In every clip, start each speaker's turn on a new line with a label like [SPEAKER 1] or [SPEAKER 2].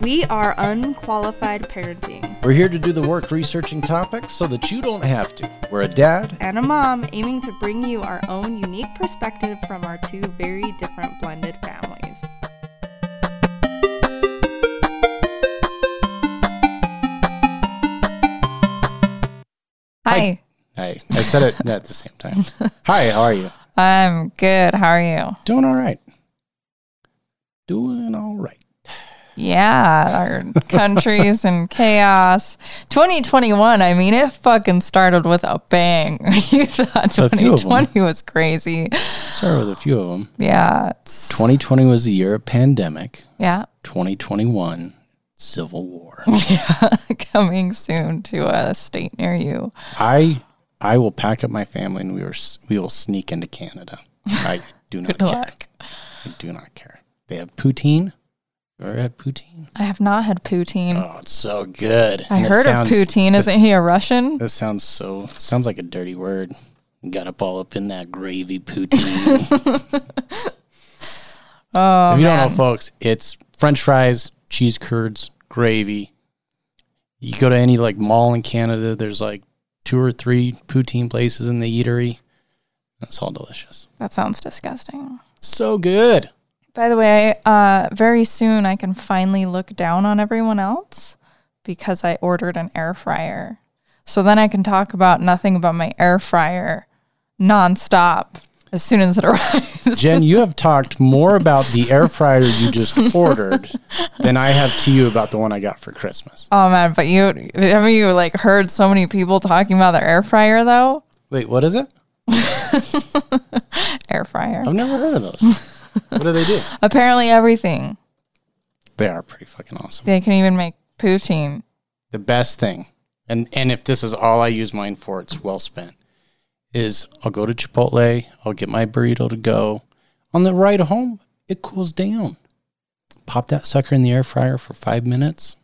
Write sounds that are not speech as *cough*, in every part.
[SPEAKER 1] We are unqualified parenting.
[SPEAKER 2] We're here to do the work researching topics so that you don't have to. We're a dad.
[SPEAKER 1] And a mom aiming to bring you our own unique perspective from our two very different blended families.
[SPEAKER 2] Hi.
[SPEAKER 3] Hi.
[SPEAKER 2] I, I said it at the same
[SPEAKER 3] *laughs*
[SPEAKER 2] time. Hi, how are you?
[SPEAKER 3] I'm good. How are you?
[SPEAKER 2] Doing all right. Doing all right.
[SPEAKER 3] Yeah,
[SPEAKER 2] *laughs*
[SPEAKER 3] our country's in chaos. 2021, I mean, it fucking started with a bang. *laughs* you thought
[SPEAKER 2] A few of 'em.
[SPEAKER 3] 2020 was crazy.
[SPEAKER 2] Sorry with a few of them.
[SPEAKER 3] Yeah. It's,
[SPEAKER 2] 2020 was the year of pandemic.
[SPEAKER 3] yeah. *laughs*
[SPEAKER 2] 2021, civil war.
[SPEAKER 3] *laughs* Coming soon to a state near you.
[SPEAKER 2] I I will pack up my family and we were s- we will sneak
[SPEAKER 3] *laughs*
[SPEAKER 2] into Canada. I do not
[SPEAKER 3] Good
[SPEAKER 2] care.
[SPEAKER 3] luck.
[SPEAKER 2] I do not care. They have poutine. You ever had poutine?
[SPEAKER 3] I have not had poutine.
[SPEAKER 2] Oh, it's so good.
[SPEAKER 3] Mm. I
[SPEAKER 2] And it
[SPEAKER 3] heard
[SPEAKER 2] sounds-
[SPEAKER 3] of poutine. Isn't he a Russian?
[SPEAKER 2] That sounds so sounds like a dirty word. Got up all up in that gravy poutine.
[SPEAKER 3] *laughs* Oh,
[SPEAKER 2] if you don't
[SPEAKER 3] man.
[SPEAKER 2] know, folks, it's French fries, cheese curds, gravy. You go to any like mall in Canada, there's like two or three poutine places in the eatery. That's all delicious.
[SPEAKER 3] that sounds disgusting.
[SPEAKER 2] So good.
[SPEAKER 3] By the way, uh, very soon I can finally look down on everyone else because I ordered an air fryer. So then I can talk about nothing but my air fryer nonstop as soon as it *laughs* arrives.
[SPEAKER 2] Jen, you have talked more about the air fryer
[SPEAKER 3] *laughs*
[SPEAKER 2] you just ordered than I have to you about the one I got for Christmas.
[SPEAKER 3] Oh man, but you haven't you like heard so many people talking about their air fryer though?
[SPEAKER 2] Wait, what is it?
[SPEAKER 3] Air fryer.
[SPEAKER 2] I've never heard of those. What do
[SPEAKER 3] *laughs*
[SPEAKER 2] they do?
[SPEAKER 3] Apparently everything.
[SPEAKER 2] They are pretty fucking awesome.
[SPEAKER 3] They can even make poutine.
[SPEAKER 2] The best thing, and and if this is all I use mine for, it's well spent. Is I'll go to Chipotle, I'll get my burrito to go. On the ride home, it cools down. Pop that sucker in the air fryer for five minutes.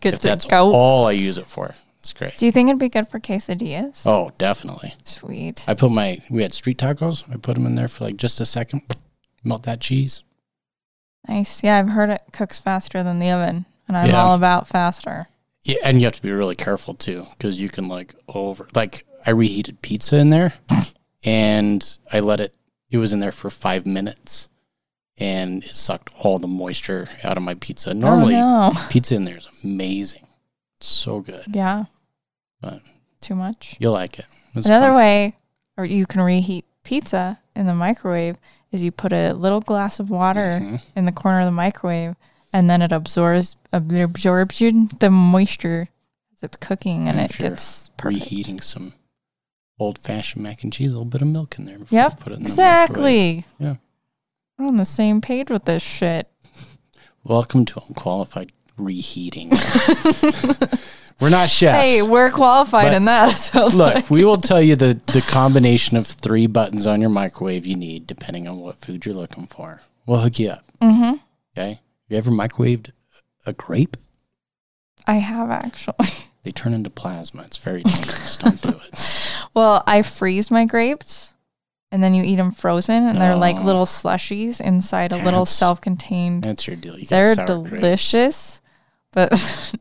[SPEAKER 3] Good
[SPEAKER 2] If
[SPEAKER 3] to
[SPEAKER 2] that's
[SPEAKER 3] go.
[SPEAKER 2] all I use it for, it's great.
[SPEAKER 3] Do you think it'd be good for quesadillas?
[SPEAKER 2] Oh, definitely.
[SPEAKER 3] Sweet.
[SPEAKER 2] I put my we had street tacos. I put them in there for like just a second. Melt that cheese.
[SPEAKER 3] Nice. Yeah, I've heard it cooks faster than the oven, and I'm
[SPEAKER 2] Yeah.
[SPEAKER 3] all about faster.
[SPEAKER 2] Yeah, and you have to be really careful too because you can like over like I reheated pizza in there, and I let it. It was in there for five minutes, and it sucked all the moisture out of my pizza. Normally,
[SPEAKER 3] Oh, no. *laughs*
[SPEAKER 2] pizza in there is amazing, It's so good.
[SPEAKER 3] Yeah.
[SPEAKER 2] But-
[SPEAKER 3] Too much.
[SPEAKER 2] You'll like it. It's
[SPEAKER 3] Another
[SPEAKER 2] fun.
[SPEAKER 3] way, or you can reheat pizza in the microwave, is you put a little glass of water
[SPEAKER 2] Mhm.
[SPEAKER 3] in the corner of the microwave, and then it absorbs absorbs you the moisture as it's cooking, and
[SPEAKER 2] And
[SPEAKER 3] it
[SPEAKER 2] if you're
[SPEAKER 3] gets perfect.
[SPEAKER 2] reheating some old fashioned mac and cheese, a little bit of milk in there. before you
[SPEAKER 3] Yep.
[SPEAKER 2] put it in the microwave.
[SPEAKER 3] Exactly.
[SPEAKER 2] Yeah.
[SPEAKER 3] We're on the same page with this shit.
[SPEAKER 2] Welcome to unqualified
[SPEAKER 3] *laughs*
[SPEAKER 2] reheating. We're not chefs.
[SPEAKER 3] Hey, we're qualified
[SPEAKER 2] But-
[SPEAKER 3] in that. *laughs* So
[SPEAKER 2] Look, we will tell you the, the combination of three buttons on your microwave you need depending on what food you're looking for. We'll hook you up.
[SPEAKER 3] hmm
[SPEAKER 2] Okay. You ever microwaved a grape?
[SPEAKER 3] I have actually.
[SPEAKER 2] They turn into plasma. It's very dangerous. Don't do
[SPEAKER 3] *laughs*
[SPEAKER 2] it.
[SPEAKER 3] *laughs* Well, I freeze my grapes and then you eat them frozen and they're like
[SPEAKER 2] Oh.
[SPEAKER 3] little slushies inside a little
[SPEAKER 2] That's-
[SPEAKER 3] self-contained.
[SPEAKER 2] That's your deal. You got
[SPEAKER 3] They're
[SPEAKER 2] sour grape.
[SPEAKER 3] delicious. But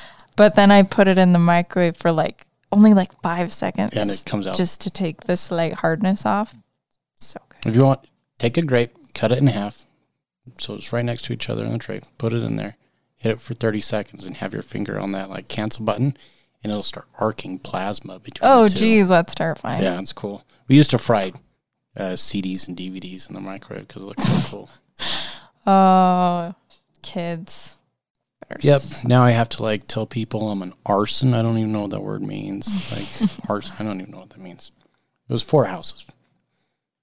[SPEAKER 3] *laughs* but then I put it in the microwave for like only like 5 seconds
[SPEAKER 2] And it comes out.
[SPEAKER 3] just to take the slight hardness off. So good.
[SPEAKER 2] if you want, take a grape, cut it in half. So it's right next to each other on the tray. Put it in there. Hit it for 30 seconds and have your finger on that like cancel button and it'll start arcing plasma between
[SPEAKER 3] Oh
[SPEAKER 2] the two.
[SPEAKER 3] geez, that's terrifying.
[SPEAKER 2] Yeah, it's cool. We used to fry uh, CDs and DVDs in the microwave because it looked so cool.
[SPEAKER 3] Oh, kids. Better *laughs*
[SPEAKER 2] Yep.
[SPEAKER 3] s-
[SPEAKER 2] Now I have to like tell people I'm an arson. I don't even know what that word means. Like arson. I don't even know what that means. It was four houses.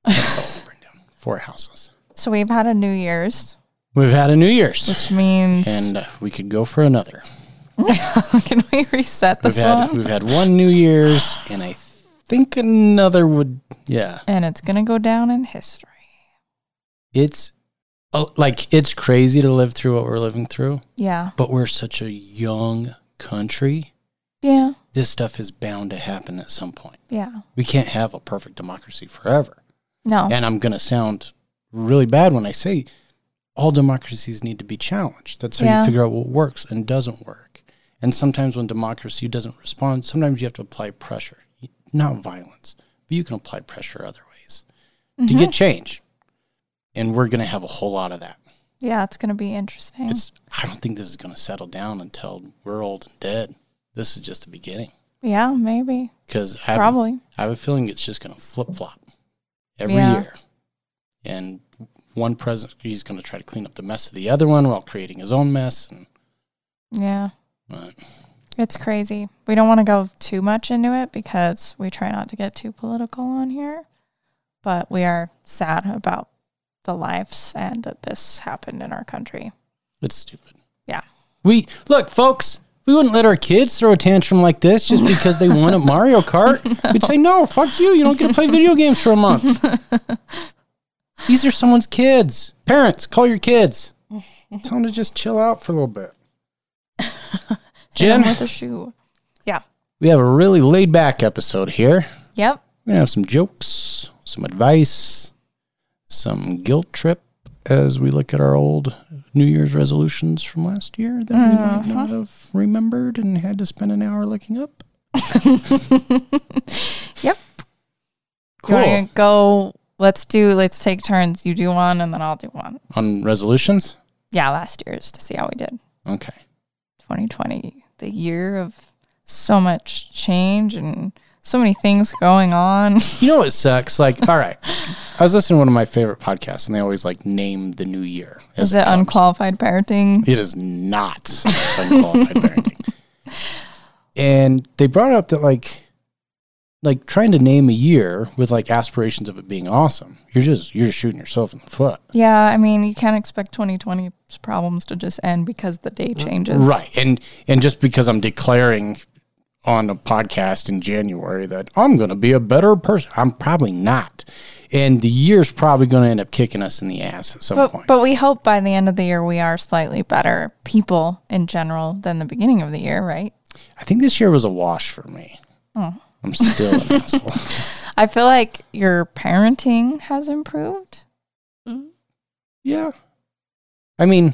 [SPEAKER 2] That's all we bring down. Four houses.
[SPEAKER 3] So we've had a New Year's,
[SPEAKER 2] We've had a New Year's,
[SPEAKER 3] which means
[SPEAKER 2] and uh, we could go for another.
[SPEAKER 3] *laughs* can we reset
[SPEAKER 2] We've
[SPEAKER 3] this
[SPEAKER 2] had
[SPEAKER 3] one?
[SPEAKER 2] we've had one New Year's, and I think another would. Yeah.
[SPEAKER 3] And it's gonna go down in history.
[SPEAKER 2] It's uh, like it's crazy to live through what we're living through.
[SPEAKER 3] Yeah.
[SPEAKER 2] but we're such a young country.
[SPEAKER 3] Yeah.
[SPEAKER 2] This stuff is bound to happen at some point.
[SPEAKER 3] Yeah.
[SPEAKER 2] We can't have a perfect democracy forever.
[SPEAKER 3] No.
[SPEAKER 2] And I'm going to sound really bad when I say all democracies need to be challenged. That's how
[SPEAKER 4] Yeah.
[SPEAKER 2] you figure out what works and doesn't work. And sometimes when democracy doesn't respond, sometimes you have to apply pressure, not violence, but you can apply pressure other ways
[SPEAKER 3] Mm-hmm.
[SPEAKER 2] to
[SPEAKER 4] Mm-hmm.
[SPEAKER 2] get change. And we're going to have a whole lot of that.
[SPEAKER 4] Yeah, it's going to be interesting.
[SPEAKER 2] It's, I don't think this is going to settle down until we're old and dead. This is just the beginning.
[SPEAKER 4] yeah, maybe.
[SPEAKER 2] Because I, have-
[SPEAKER 4] Probably.
[SPEAKER 2] I have a feeling it's just going to flip flop every
[SPEAKER 4] Yeah.
[SPEAKER 2] year. And one president, he's going to try to clean up the mess of the other one while creating his own mess. And
[SPEAKER 4] Yeah.
[SPEAKER 2] uh,
[SPEAKER 4] It's crazy. We don't want to go too much into it because we try not to get too political on here, but we are sad about the lives and that this happened in our country.
[SPEAKER 2] it's stupid.
[SPEAKER 4] Yeah.
[SPEAKER 2] We look, folks. We wouldn't let our kids throw a tantrum like this just because they won at Mario Kart. We'd say, "No, fuck you! You don't get to play video games for a month." These are someone's kids. Parents, call your *laughs* kids. Tell them to just chill out for a little bit.
[SPEAKER 4] Hit 'em
[SPEAKER 2] Jen,
[SPEAKER 4] with a shoe. Yeah.
[SPEAKER 2] we have a really laid back episode here.
[SPEAKER 4] Yep.
[SPEAKER 2] We're gonna have some jokes, some advice, some guilt trip as we look at our old New Year's resolutions from last year that we
[SPEAKER 4] Mm-hmm.
[SPEAKER 2] might not have remembered and had to spend an hour looking up.
[SPEAKER 4] *laughs* Yep. You
[SPEAKER 2] Cool.
[SPEAKER 4] want to go? Let's do. Let's take turns. You do one, and then I'll do one.
[SPEAKER 2] On resolutions?
[SPEAKER 4] Yeah, last year's to see how we did.
[SPEAKER 2] Okay.
[SPEAKER 4] 2020, the year of so much change and so many things
[SPEAKER 3] *laughs*
[SPEAKER 4] going on.
[SPEAKER 2] You know what sucks? Like, *laughs* all right. I was listening to one of my favorite podcasts and they always like name the new year. as
[SPEAKER 4] Is it
[SPEAKER 2] comes.
[SPEAKER 4] unqualified parenting?
[SPEAKER 2] It is not
[SPEAKER 4] *laughs*
[SPEAKER 2] unqualified parenting. And they brought up that like like trying to name a year with like aspirations of it being awesome. You're just you're just shooting yourself in the foot.
[SPEAKER 4] Yeah, I mean, you can't expect 2020's problems to just end because the day changes.
[SPEAKER 2] Right. And and just because I'm declaring on a podcast in January that I'm going to be a better person, I'm probably not. And the year's probably going to end up kicking us in the ass at some
[SPEAKER 4] But,
[SPEAKER 2] point.
[SPEAKER 4] but we hope by the end of the year we are slightly better people in general than the beginning of the year, right?
[SPEAKER 2] I think this year was a wash for me.
[SPEAKER 4] Oh.
[SPEAKER 2] I'm still an *laughs* asshole.
[SPEAKER 4] I feel like your parenting has improved.
[SPEAKER 2] Yeah. I mean,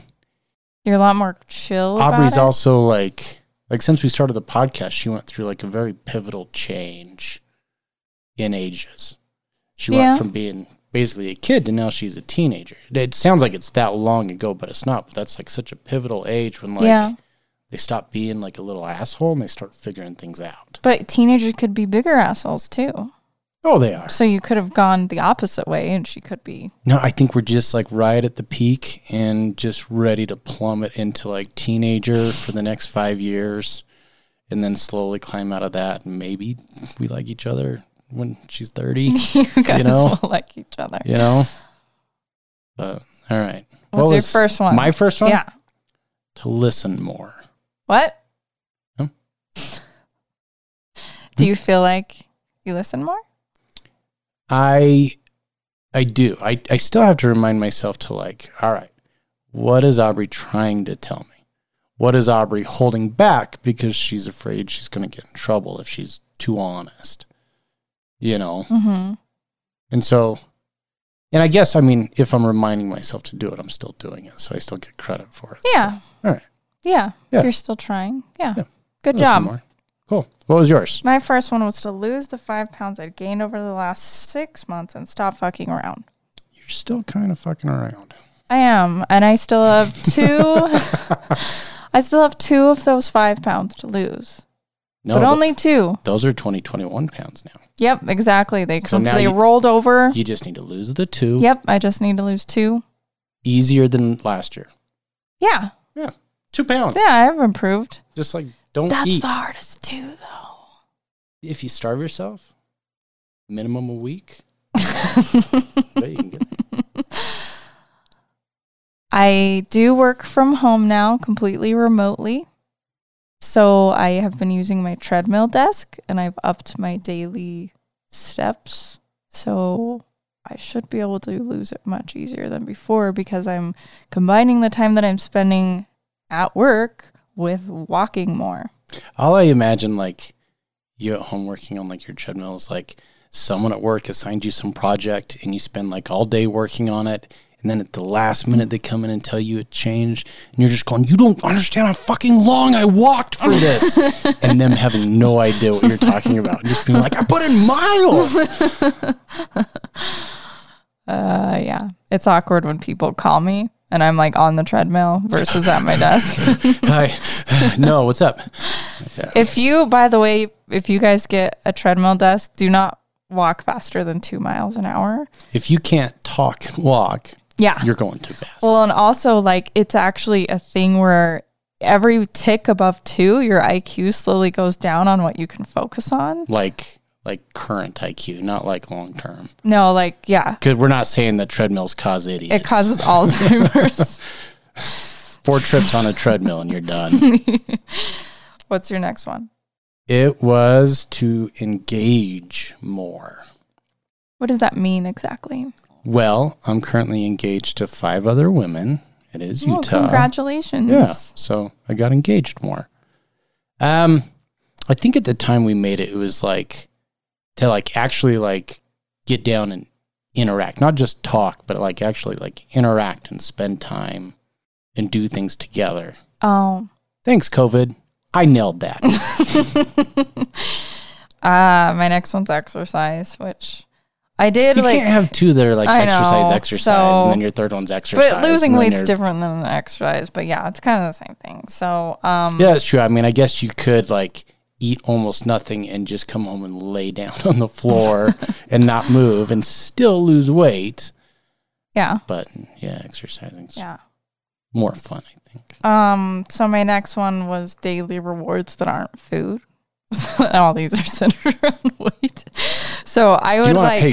[SPEAKER 4] You're a lot more chill. about
[SPEAKER 2] Aubrey's
[SPEAKER 4] it.
[SPEAKER 2] also like like since we started the podcast, she went through like a very pivotal change in ages. She
[SPEAKER 4] Yeah.
[SPEAKER 2] went from being basically a kid to now she's a teenager. It sounds like it's that long ago, but it's not. But that's like such a pivotal age when like
[SPEAKER 4] Yeah.
[SPEAKER 2] they stop being like a little asshole and they start figuring things out.
[SPEAKER 4] But teenagers could be bigger assholes too.
[SPEAKER 2] Oh, they are.
[SPEAKER 4] So you could have gone the opposite way and she could be. *laughs*
[SPEAKER 2] No, I think we're just like right at the peak and just ready to plummet into like teenager for the next five years and then slowly climb out of that. And maybe we like each other when she's
[SPEAKER 4] *laughs*
[SPEAKER 2] 30,
[SPEAKER 4] you guys
[SPEAKER 2] know?
[SPEAKER 4] will like each other.
[SPEAKER 2] you know? But all right.
[SPEAKER 4] What's
[SPEAKER 2] What
[SPEAKER 4] your
[SPEAKER 2] was
[SPEAKER 4] first one?
[SPEAKER 2] My first one?
[SPEAKER 4] Yeah.
[SPEAKER 2] To listen more.
[SPEAKER 4] What?
[SPEAKER 2] Huh?
[SPEAKER 4] Do you feel like you listen more?
[SPEAKER 2] I I do. I, I still have to remind myself to like, all right, what is Aubrey trying to tell me? What is Aubrey holding back because she's afraid she's gonna get in trouble if she's too honest? You know?
[SPEAKER 4] Mm-hmm.
[SPEAKER 2] And so and I guess I mean if I'm reminding myself to do it, I'm still doing it. So I still get credit for it.
[SPEAKER 4] Yeah.
[SPEAKER 2] All right.
[SPEAKER 4] Yeah.
[SPEAKER 2] Yeah.
[SPEAKER 4] If you're still trying. Yeah.
[SPEAKER 2] Yeah.
[SPEAKER 4] Good
[SPEAKER 2] Listen
[SPEAKER 4] job.
[SPEAKER 2] more. Cool. What was yours?
[SPEAKER 4] My first one was to lose the five pounds I'd gained over the last six months and stop fucking around.
[SPEAKER 2] You're still kind of fucking around.
[SPEAKER 4] I am, and I still have two. *laughs* I still have two of those five pounds to lose,
[SPEAKER 2] *laughs* No,
[SPEAKER 4] but
[SPEAKER 2] th-
[SPEAKER 4] only two.
[SPEAKER 2] those are 2021 pounds now.
[SPEAKER 4] Yep, exactly. They
[SPEAKER 2] So now
[SPEAKER 4] they
[SPEAKER 2] you-
[SPEAKER 4] rolled over.
[SPEAKER 2] You just need to lose the two.
[SPEAKER 4] Yep, I just need to lose two.
[SPEAKER 2] Easier than last year.
[SPEAKER 4] Yeah,
[SPEAKER 2] Yeah. Two pounds.
[SPEAKER 4] yeah, I have improved.
[SPEAKER 2] Just like don't
[SPEAKER 4] That's
[SPEAKER 2] eat.
[SPEAKER 4] the hardest too, though.
[SPEAKER 2] if you starve yourself, minimum a
[SPEAKER 4] *laughs*
[SPEAKER 2] week. you can get
[SPEAKER 4] *laughs* I do work from home now, completely remotely. So I have been using my treadmill desk and I've upped my daily steps. So I should be able to lose it much easier than before because I'm combining the time that I'm spending at work with walking more.
[SPEAKER 2] All I imagine, like you at home working on like your treadmill, is like someone at work assigned you some project and you spend like all day working on it, And then at the last minute, they come in and tell you it changed. And you're just going, you don't understand how fucking long I walked for
[SPEAKER 4] *laughs*
[SPEAKER 2] this. and them having no idea what you're talking about. And just being like, I put in miles.
[SPEAKER 4] Uh, yeah. It's awkward when people call me and I'm like on the treadmill versus at my desk.
[SPEAKER 2] *laughs* Hi. No, what's up?
[SPEAKER 4] if you, by the way, if you guys get a treadmill desk, do not walk faster than two miles an hour.
[SPEAKER 2] If you can't talk and walk,
[SPEAKER 4] Yeah.
[SPEAKER 2] you're going too fast.
[SPEAKER 4] Well, and also like it's actually a thing where every tick above two, your IQ slowly goes down on what you can focus on.
[SPEAKER 2] like, like current IQ, not like long term.
[SPEAKER 4] No, like yeah,
[SPEAKER 2] Because we're not saying that treadmills cause idiots.
[SPEAKER 4] it *laughs* causes Alzheimer's.
[SPEAKER 2] *laughs* four trips on a treadmill and you're
[SPEAKER 4] *laughs*
[SPEAKER 2] done.
[SPEAKER 4] What's your next one?
[SPEAKER 2] it was to engage more.
[SPEAKER 4] What does that mean exactly?
[SPEAKER 2] Well, I'm currently engaged to five other women. It is
[SPEAKER 4] Well,
[SPEAKER 2] Utah.
[SPEAKER 4] congratulations.
[SPEAKER 2] Yeah. So I got engaged more. Um, I think at the time we made it, it was like to like actually like get down and interact, not just talk, but like actually like interact and spend time and do things together.
[SPEAKER 4] *laughs* Oh.
[SPEAKER 2] Thanks, COVID. I nailed
[SPEAKER 4] *laughs*
[SPEAKER 2] that.
[SPEAKER 4] Uh, my next one's exercise, which I did
[SPEAKER 2] you
[SPEAKER 4] like
[SPEAKER 2] can't have two that are like
[SPEAKER 4] I
[SPEAKER 2] exercise,
[SPEAKER 4] know,
[SPEAKER 2] exercise,
[SPEAKER 4] so-
[SPEAKER 2] and then your third one's exercise.
[SPEAKER 4] but
[SPEAKER 2] and
[SPEAKER 4] losing
[SPEAKER 2] then
[SPEAKER 4] weight's
[SPEAKER 2] your-
[SPEAKER 4] different than exercise, but yeah, it's kind of the same thing. So, um
[SPEAKER 2] Yeah, that's true. I mean, I guess you could like eat almost nothing and just come home and lay *laughs* down on the
[SPEAKER 4] *laughs*
[SPEAKER 2] floor and not move and still lose weight.
[SPEAKER 4] yeah.
[SPEAKER 2] But yeah, exercising's
[SPEAKER 4] Yeah.
[SPEAKER 2] more fun, I think.
[SPEAKER 4] Um, so my next one was daily rewards that aren't food. *laughs* So all these are centered *laughs* around weight. So I
[SPEAKER 2] Do
[SPEAKER 4] would
[SPEAKER 2] you want
[SPEAKER 4] like *laughs*
[SPEAKER 2] hey,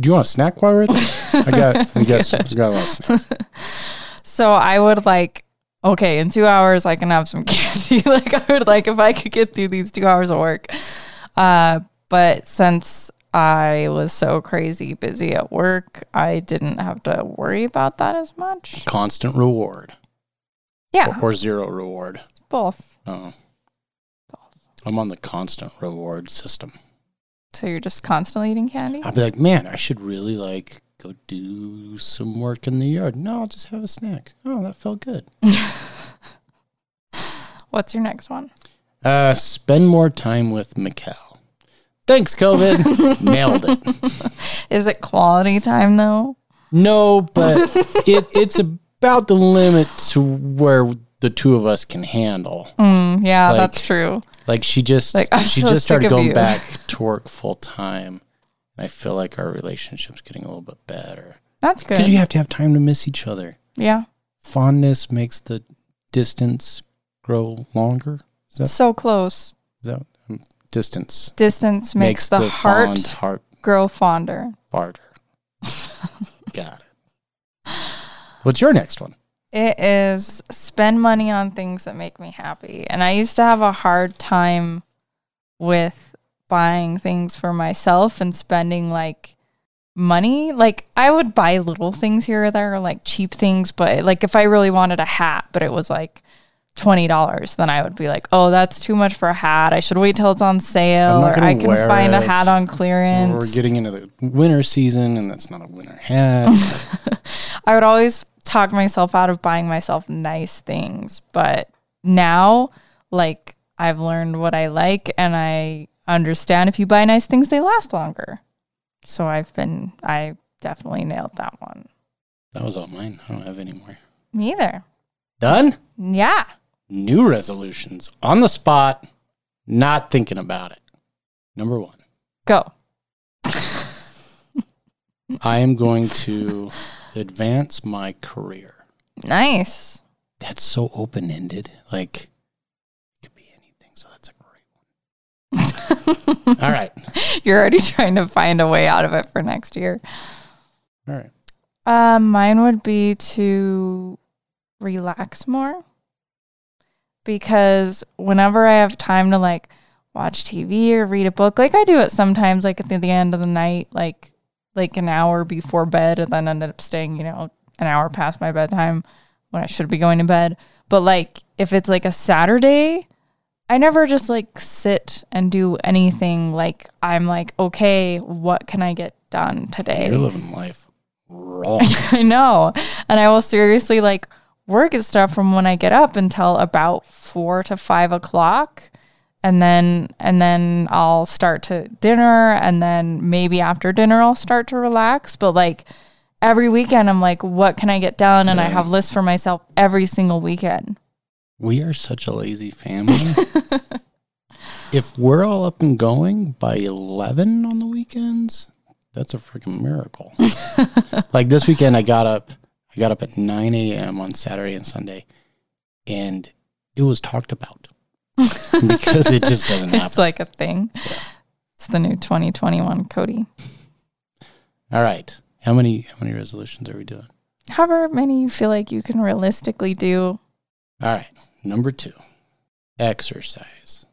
[SPEAKER 2] do you want a snack while we're at this? I got I guess I got a lot of snacks.
[SPEAKER 4] so I would like okay, in two hours I can have some *laughs* candy. like I would like if I could get through these two hours of work. Uh but since I was so crazy busy at work, I didn't have to worry about that as much.
[SPEAKER 2] Constant reward
[SPEAKER 4] Yeah.
[SPEAKER 2] or zero reward.
[SPEAKER 4] both.
[SPEAKER 2] Oh.
[SPEAKER 4] Both.
[SPEAKER 2] I'm on the constant reward system.
[SPEAKER 4] So you're just constantly eating candy?
[SPEAKER 2] I'd be like, man, I should really like go do some work in the yard. No, I'll just have a snack. Oh, that felt good.
[SPEAKER 4] *laughs* What's your next one?
[SPEAKER 2] Uh, spend more time with Mikkel. Thanks,
[SPEAKER 4] *laughs*
[SPEAKER 2] COVID. Nailed it.
[SPEAKER 4] Is it quality time though?
[SPEAKER 2] No, but it, it's about the limit to where the two of us can handle.
[SPEAKER 4] Mm, yeah,
[SPEAKER 2] Like-
[SPEAKER 4] that's true.
[SPEAKER 2] Like she just,
[SPEAKER 4] Like, I'm
[SPEAKER 2] she
[SPEAKER 4] so
[SPEAKER 2] just started
[SPEAKER 4] sick of
[SPEAKER 2] going
[SPEAKER 4] you.
[SPEAKER 2] back to work full time. I feel like our relationship's getting a little bit better
[SPEAKER 4] That's good.
[SPEAKER 2] because you have to have time to miss each other.
[SPEAKER 4] yeah.
[SPEAKER 2] Fondness makes the distance grow longer. Is that, is
[SPEAKER 4] So close.
[SPEAKER 2] that um, distance
[SPEAKER 4] Distance makes, the, heart
[SPEAKER 2] fond heart
[SPEAKER 4] grow fonder.
[SPEAKER 2] farther. Got it. What's your next one?
[SPEAKER 4] It is spend money on things that make me happy. And I used to have a hard time with buying things for myself and spending like money. Like I would buy little things here or there, like cheap things, but like if I really wanted a hat, but it was like $20, then I would be like, "Oh, that's too much for a hat. I should wait till it's on sale
[SPEAKER 2] I'm not
[SPEAKER 4] or
[SPEAKER 2] gonna
[SPEAKER 4] I can
[SPEAKER 2] wear
[SPEAKER 4] find a
[SPEAKER 2] it.
[SPEAKER 4] hat on
[SPEAKER 2] We're
[SPEAKER 4] clearance."
[SPEAKER 2] getting into the winter season, and that's not a winter hat.
[SPEAKER 4] I would always talk myself out of buying myself nice things, but now like I've learned what I like and I understand if you buy nice things they last longer. So I've been I definitely nailed that one.
[SPEAKER 2] that was all mine. I don't have any more.
[SPEAKER 4] Me either.
[SPEAKER 2] Done?
[SPEAKER 4] Yeah.
[SPEAKER 2] New resolutions on the spot, not thinking about it. Number one,
[SPEAKER 4] Go.
[SPEAKER 2] I am going to advance my career.
[SPEAKER 4] Nice. *laughs*
[SPEAKER 2] That's so open ended. Like, it could be anything. So that's a great one. all right.
[SPEAKER 4] You're already trying to find a way out of it for next year.
[SPEAKER 2] All right.
[SPEAKER 4] Uh, mine would be to relax more because whenever I have time to like watch TV or read a book, like I do it sometimes, like at the, the end of the night, like like an hour before bed, and then ended up staying, you know, an hour past my bedtime when I should be going to bed. But like if it's like a Saturday, I never just like sit and do anything. Like I'm like, okay, what can I get done today?
[SPEAKER 2] You're living life. wrong.
[SPEAKER 4] *laughs* I know. And I will seriously like work at stuff from when I get up until about four to five o'clock. And then and then I'll start to dinner and then maybe after dinner I'll start to relax. But like every weekend I'm like, what can I get done? And I have lists for myself every single weekend. *laughs*
[SPEAKER 2] we are such a lazy family. if we're all up and going by 11 on the weekends, that's a freaking
[SPEAKER 4] *laughs*
[SPEAKER 2] miracle. like this weekend, I got up. I got up at 9 a.m. on Saturday and Sunday, and it was talked
[SPEAKER 4] *laughs*
[SPEAKER 2] about because it just doesn't happen.
[SPEAKER 4] It's like a thing. It's the new twenty twenty one Cody.
[SPEAKER 2] All right, how many how many resolutions are we doing?
[SPEAKER 4] However many you feel like you can realistically do.
[SPEAKER 2] All right, number two, exercise.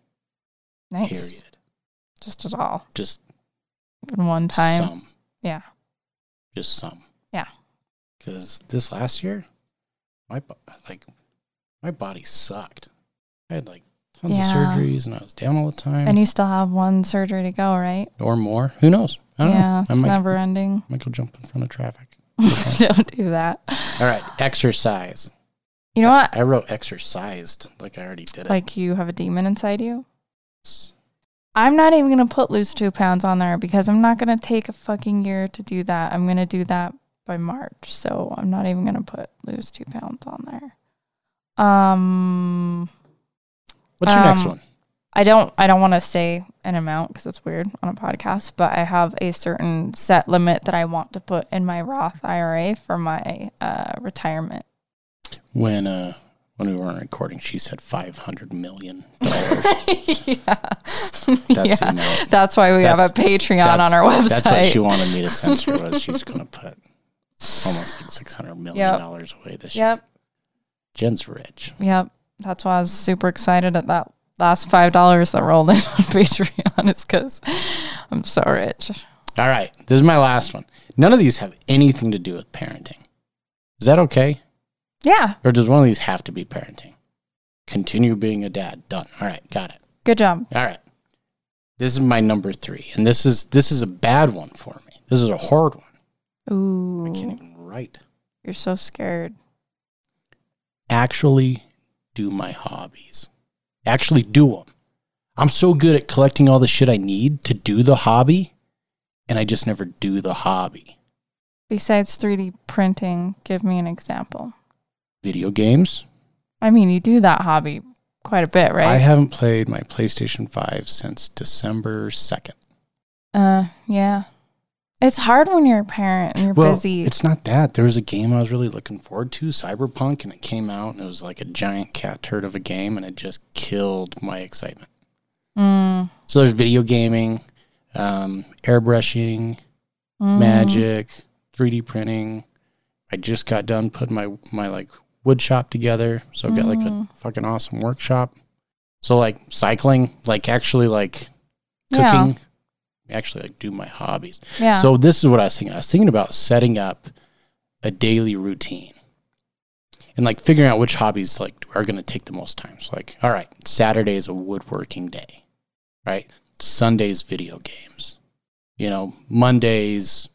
[SPEAKER 4] Nice.
[SPEAKER 2] Period.
[SPEAKER 4] Just at all.
[SPEAKER 2] Just
[SPEAKER 4] In one time.
[SPEAKER 2] some.
[SPEAKER 4] Yeah.
[SPEAKER 2] just some.
[SPEAKER 4] Yeah.
[SPEAKER 2] Because this last year, my bo- like my body sucked. I had like tons
[SPEAKER 4] Yeah.
[SPEAKER 2] of surgeries and I was down all the time,
[SPEAKER 4] And you still have one surgery to go, right?
[SPEAKER 2] or more. Who knows? I don't
[SPEAKER 4] yeah,
[SPEAKER 2] know. Oh, I
[SPEAKER 4] it's
[SPEAKER 2] might, *laughs*
[SPEAKER 4] never ending.
[SPEAKER 2] might go jump in front of traffic.
[SPEAKER 4] *laughs* Don't do that.
[SPEAKER 2] All right, exercise.
[SPEAKER 4] You know what?
[SPEAKER 2] I wrote exercised like I already did it.
[SPEAKER 4] Like you have a demon inside you. I'm not even going to put lose two pounds on there because I'm not going to take a fucking year to do that. I'm going to do that by March. So I'm not even going to put lose two pounds on there. Um,
[SPEAKER 2] What's your next
[SPEAKER 4] um,
[SPEAKER 2] one?
[SPEAKER 4] I don't I don't want to say an amount because it's weird on a podcast, but I have a certain set limit that I want to put in my Roth IRA for my uh, retirement.
[SPEAKER 2] When uh when we weren't recording, she said five hundred
[SPEAKER 4] *laughs*
[SPEAKER 2] million.
[SPEAKER 4] yeah.
[SPEAKER 2] That's
[SPEAKER 4] *laughs* yeah.
[SPEAKER 2] the amount.
[SPEAKER 4] That's why we have a
[SPEAKER 2] That's-
[SPEAKER 4] Patreon on
[SPEAKER 2] That's-
[SPEAKER 4] our website.
[SPEAKER 2] That's what she wanted me to censor
[SPEAKER 4] *laughs*
[SPEAKER 2] was she's gonna put almost like six hundred million
[SPEAKER 4] Yep.
[SPEAKER 2] dollars away this year.
[SPEAKER 4] Yep.
[SPEAKER 2] Jen's rich.
[SPEAKER 4] Yep. That's why I was super excited at that last five dollars that rolled in *laughs* on Patreon is because I'm so rich.
[SPEAKER 2] All right, this is my last one. None of these have anything to do with parenting. Is that okay?
[SPEAKER 4] Yeah.
[SPEAKER 2] Or does one of these have to be parenting? Continue being a dad. Done. All right, got it.
[SPEAKER 4] Good job.
[SPEAKER 2] All right. This is my number 3, and this is this is a bad one for me. This is a hard one. I can't
[SPEAKER 4] Ooh.
[SPEAKER 2] even write.
[SPEAKER 4] You're so scared.
[SPEAKER 2] Actually do my hobbies. Actually do them. I'm so good at collecting all the shit I need to do the hobby, and I just never do the hobby.
[SPEAKER 4] Besides 3D printing, give me an example.
[SPEAKER 2] Video games,
[SPEAKER 4] I mean, you do that hobby quite a bit,
[SPEAKER 2] I
[SPEAKER 4] right?
[SPEAKER 2] haven't played my PlayStation 5 since December 2nd.
[SPEAKER 4] uh, yeah. It's hard when you're a parent and you're busy.
[SPEAKER 2] it's not that. There was a game I was really looking forward to, Cyberpunk, and it came out and it was like a giant cat turd of a game and it just killed my excitement.
[SPEAKER 4] Mm,
[SPEAKER 2] So there's video gaming, um, airbrushing,
[SPEAKER 4] mm.
[SPEAKER 2] magic, 3D printing. I just got done putting my my like wood shop together, so I've got like a
[SPEAKER 4] Mm.
[SPEAKER 2] fucking awesome workshop. So like cycling, like actually like
[SPEAKER 4] Yeah.
[SPEAKER 2] cooking, actually like do my hobbies.
[SPEAKER 4] Yeah.
[SPEAKER 2] So this is what I was thinking. I was thinking about setting up a daily routine and like figuring out which hobbies like are going to take the most time. So like, all right, Saturday is a woodworking day, right? Sunday's video games, you know, Monday's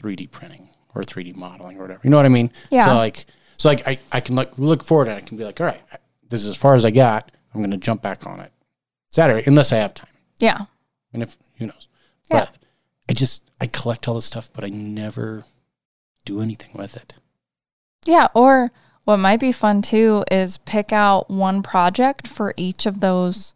[SPEAKER 2] 3D printing or 3D modeling or whatever. You know what I mean?
[SPEAKER 4] Yeah.
[SPEAKER 2] So like, so like I, I can like look forward and I can be like, all right, this is as far as I got. I'm going to jump back on it Saturday unless I have time.
[SPEAKER 4] yeah.
[SPEAKER 2] And if who knows?
[SPEAKER 4] Yeah.
[SPEAKER 2] But I just I collect all this stuff, but I never do anything with it.
[SPEAKER 4] Yeah. Or what might be fun too is pick out one project for each of those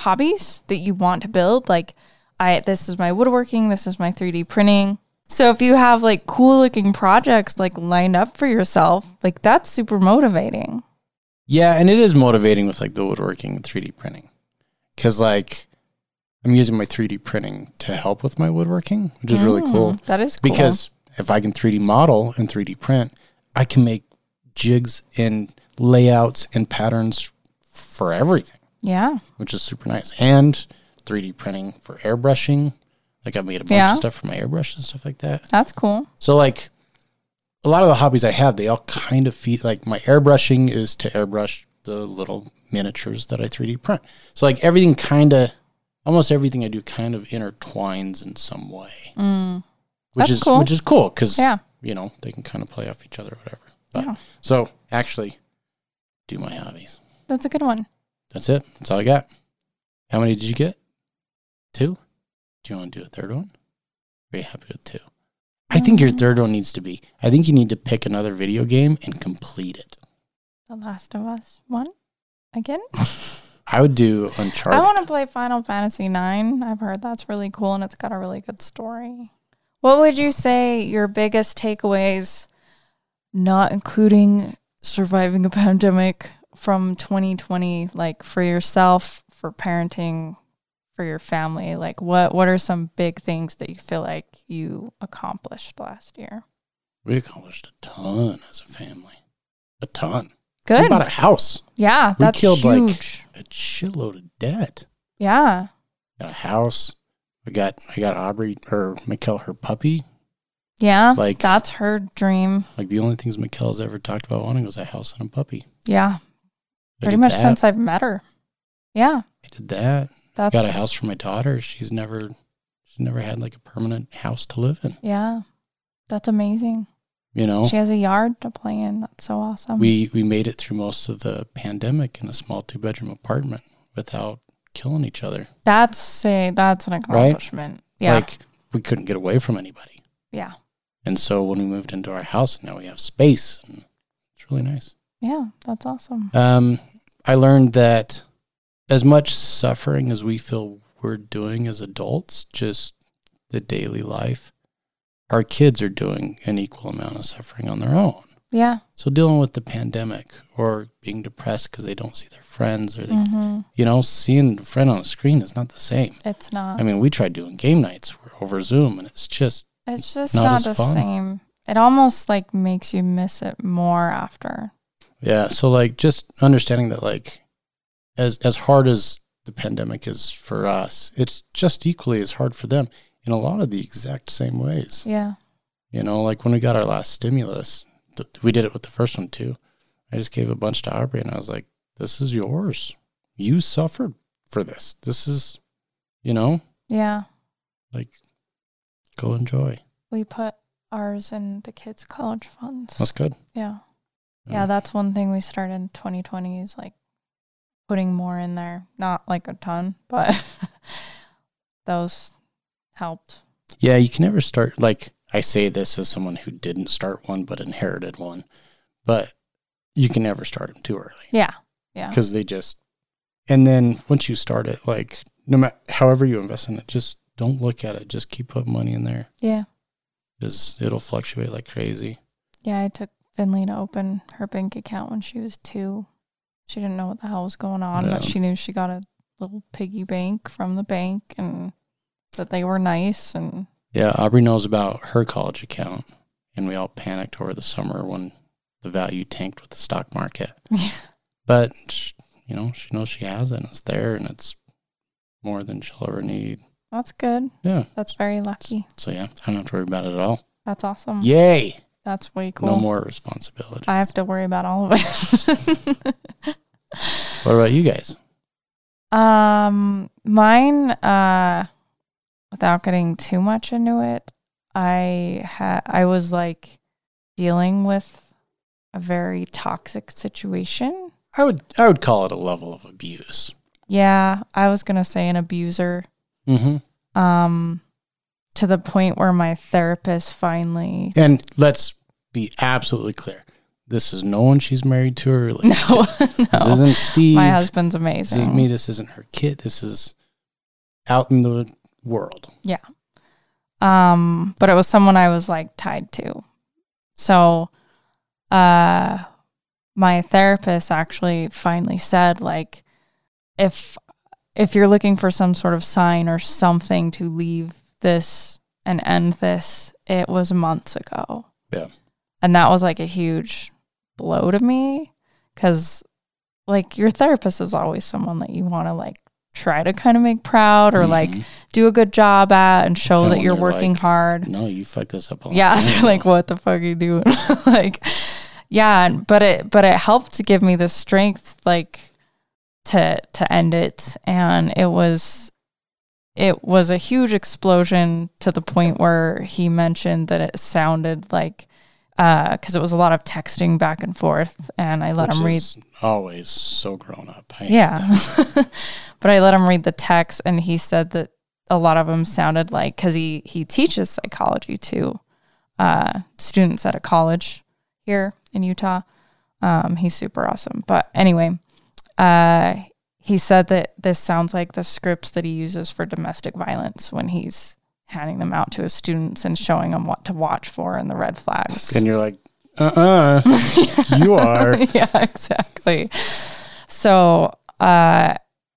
[SPEAKER 4] hobbies that you want to build. Like, I this is my woodworking, this is my 3D printing. So if you have like cool looking projects like lined up for yourself, like that's super motivating.
[SPEAKER 2] Yeah, and it is motivating with like the woodworking and 3D printing. Cause like I'm using my 3D printing to help with my woodworking, which is really
[SPEAKER 4] Mm,
[SPEAKER 2] cool.
[SPEAKER 4] That is cool.
[SPEAKER 2] Because if I can 3D model and 3D print, I can make jigs and layouts and patterns for everything.
[SPEAKER 4] yeah,
[SPEAKER 2] which is super nice. And 3D printing for airbrushing. Like I made a bunch
[SPEAKER 4] Yeah.
[SPEAKER 2] of stuff for my airbrush and stuff like that.
[SPEAKER 4] that's cool.
[SPEAKER 2] So like a lot of the hobbies I have, they all kind of feed like my airbrushing is to airbrush the little miniatures that I 3D print. So like everything kind of almost everything I do kind of intertwines in some way.
[SPEAKER 4] Mm,
[SPEAKER 2] Which
[SPEAKER 4] That's
[SPEAKER 2] is
[SPEAKER 4] cool.
[SPEAKER 2] which is cool cuz
[SPEAKER 4] yeah,
[SPEAKER 2] you know, they can kind of play off each other or whatever. But
[SPEAKER 4] Yeah.
[SPEAKER 2] so actually do my hobbies.
[SPEAKER 4] That's a good one.
[SPEAKER 2] That's it. That's all I got. How many did you get? Two? Do you want to do a third one? Are you happy with two? I think your
[SPEAKER 4] Um,
[SPEAKER 2] third one needs to be. I think you need to pick another video game and complete it.
[SPEAKER 4] The Last of Us one again.
[SPEAKER 2] I would do
[SPEAKER 4] I
[SPEAKER 2] Uncharted.
[SPEAKER 4] want to play Final Fantasy Nine. I've heard that's really cool and it's got a really good story. What would you say your biggest takeaways, not including surviving a pandemic from 2020, like for yourself, for parenting, for your family? Like what what are some big things that you feel like you accomplished last year?
[SPEAKER 2] we accomplished a ton as a family. A ton. We
[SPEAKER 4] Good.
[SPEAKER 2] bought a house.
[SPEAKER 4] Yeah,
[SPEAKER 2] We
[SPEAKER 4] that's
[SPEAKER 2] killed
[SPEAKER 4] huge.
[SPEAKER 2] like a shitload of debt.
[SPEAKER 4] yeah.
[SPEAKER 2] Got a house. We got I got Aubrey or Mikkel her puppy.
[SPEAKER 4] Yeah.
[SPEAKER 2] like-
[SPEAKER 4] that's her dream.
[SPEAKER 2] Like the only things Mikkel's ever talked about wanting was a house and a puppy.
[SPEAKER 4] Yeah.
[SPEAKER 2] I
[SPEAKER 4] pretty
[SPEAKER 2] did
[SPEAKER 4] much
[SPEAKER 2] that.
[SPEAKER 4] since I've met her. Yeah,
[SPEAKER 2] I did that.
[SPEAKER 4] that's
[SPEAKER 2] got a house for my daughter. She's never she's never had like a permanent house to live in.
[SPEAKER 4] Yeah, that's amazing.
[SPEAKER 2] You know,
[SPEAKER 4] She has a yard to play in. That's so awesome.
[SPEAKER 2] Oh. we we made it through most of the pandemic in a small two bedroom apartment without killing each other.
[SPEAKER 4] that's a that's an accomplishment. Yeah,
[SPEAKER 2] Like we couldn't get away from anybody.
[SPEAKER 4] yeah,
[SPEAKER 2] And so when we moved into our house, now we have space. And it's really nice.
[SPEAKER 4] yeah. That's awesome.
[SPEAKER 2] Um, I learned that as much suffering as we feel we're doing as adults, just the daily life, our kids are doing an equal amount of suffering on their own.
[SPEAKER 4] Yeah.
[SPEAKER 2] So dealing with the pandemic or being depressed because they don't see their friends or they,
[SPEAKER 4] hmm
[SPEAKER 2] you know, seeing a friend on a screen is not the same.
[SPEAKER 4] It's not.
[SPEAKER 2] I mean, we tried doing game nights over Zoom, and it's just
[SPEAKER 4] it's just
[SPEAKER 2] not
[SPEAKER 4] not,
[SPEAKER 2] as
[SPEAKER 4] the
[SPEAKER 2] fun.
[SPEAKER 4] same. It almost like makes you miss it more after.
[SPEAKER 2] Yeah. So like just understanding that like as as hard as the pandemic is for us, it's just equally as hard for them in a lot of the exact same ways.
[SPEAKER 4] Yeah.
[SPEAKER 2] You know, like when we got our last stimulus, th- we did it with the first one too. I just gave a bunch to Aubrey and I was like, this is yours. You suffered for this. This is, you know,
[SPEAKER 4] Yeah.
[SPEAKER 2] like go enjoy.
[SPEAKER 4] We put ours in the kids' college funds.
[SPEAKER 2] That's good.
[SPEAKER 4] yeah.
[SPEAKER 2] Mm.
[SPEAKER 4] Yeah, that's one thing we started in 2020 is like putting more in there. Not like a ton, but *laughs* those helped.
[SPEAKER 2] Yeah, you can never start like I say this as someone who didn't start one but inherited one, but you can never start them too early
[SPEAKER 4] Yeah. Yeah.
[SPEAKER 2] because they just. And then once you start it, like no matter however you invest in it, just don't look at it. Just keep putting money in there
[SPEAKER 4] Yeah.
[SPEAKER 2] because it'll fluctuate like crazy.
[SPEAKER 4] Yeah. I took Finley to open her bank account when she was two. She didn't know what the hell was going on, but
[SPEAKER 2] Yeah.
[SPEAKER 4] she knew she got a little piggy bank from the bank and that they were nice. And
[SPEAKER 2] Yeah, Aubrey knows about her college account, and we all panicked over the summer when the value tanked with the stock market. But sh you know, she knows she has it. And it's there, and it's more than she'll ever need.
[SPEAKER 4] that's good.
[SPEAKER 2] Yeah.
[SPEAKER 4] That's very lucky.
[SPEAKER 2] So yeah, I don't have to worry about it at all.
[SPEAKER 4] That's awesome.
[SPEAKER 2] Yay!
[SPEAKER 4] That's way Mm. cool.
[SPEAKER 2] No more responsibilities.
[SPEAKER 4] I have to worry about all of it. *laughs*
[SPEAKER 2] what about you guys?
[SPEAKER 4] Um, mine. Uh, without getting too much into it, I had I was like dealing with a very toxic situation.
[SPEAKER 2] I would I would call it a level of abuse.
[SPEAKER 4] Yeah, I was gonna say an abuser.
[SPEAKER 2] Mm-hmm.
[SPEAKER 4] Um, to the point where my therapist finally.
[SPEAKER 2] And let's be absolutely clear: this is no one she's married
[SPEAKER 4] *laughs*
[SPEAKER 2] to or related.
[SPEAKER 4] No,
[SPEAKER 2] to. This
[SPEAKER 4] no.
[SPEAKER 2] isn't Steve.
[SPEAKER 4] My husband's
[SPEAKER 2] This
[SPEAKER 4] amazing.
[SPEAKER 2] isn't me. This isn't her kid. This is out in the world.
[SPEAKER 4] um but it was someone i was like tied to so uh my therapist actually finally said like if if you're looking for some sort of sign or something to leave this and end this it was months ago
[SPEAKER 2] Yeah.
[SPEAKER 4] and that was like a huge blow to me cuz like your therapist is always someone that you want to like try to kind of make proud or like
[SPEAKER 2] Mhm.
[SPEAKER 4] do a good job at and show
[SPEAKER 2] And
[SPEAKER 4] that
[SPEAKER 2] when
[SPEAKER 4] you're
[SPEAKER 2] they're
[SPEAKER 4] working
[SPEAKER 2] like,
[SPEAKER 4] hard.
[SPEAKER 2] no, you fucked this up. all
[SPEAKER 4] Yeah, *laughs*
[SPEAKER 2] the
[SPEAKER 4] they're
[SPEAKER 2] time.
[SPEAKER 4] like what the fuck are you doing? *laughs* like yeah, and- but it but it helped to give me the strength like to to end it and it was it was a huge explosion to the point where he mentioned that it sounded like because it was a lot of texting back and forth, and I let
[SPEAKER 2] which
[SPEAKER 4] him read.
[SPEAKER 2] is always so grown up. I-
[SPEAKER 4] Yeah, *laughs* but I let him read the text, and he said that a lot of them sounded like because he he teaches psychology to uh, students at a college here in Utah. Um, he's super awesome. But anyway, uh, he said that this sounds like the scripts that he uses for domestic violence when he's handing them out to his students and showing them what to watch for and the red flags.
[SPEAKER 2] And you're like, uh uh *laughs* you are.
[SPEAKER 4] *laughs* yeah, exactly. So, uh,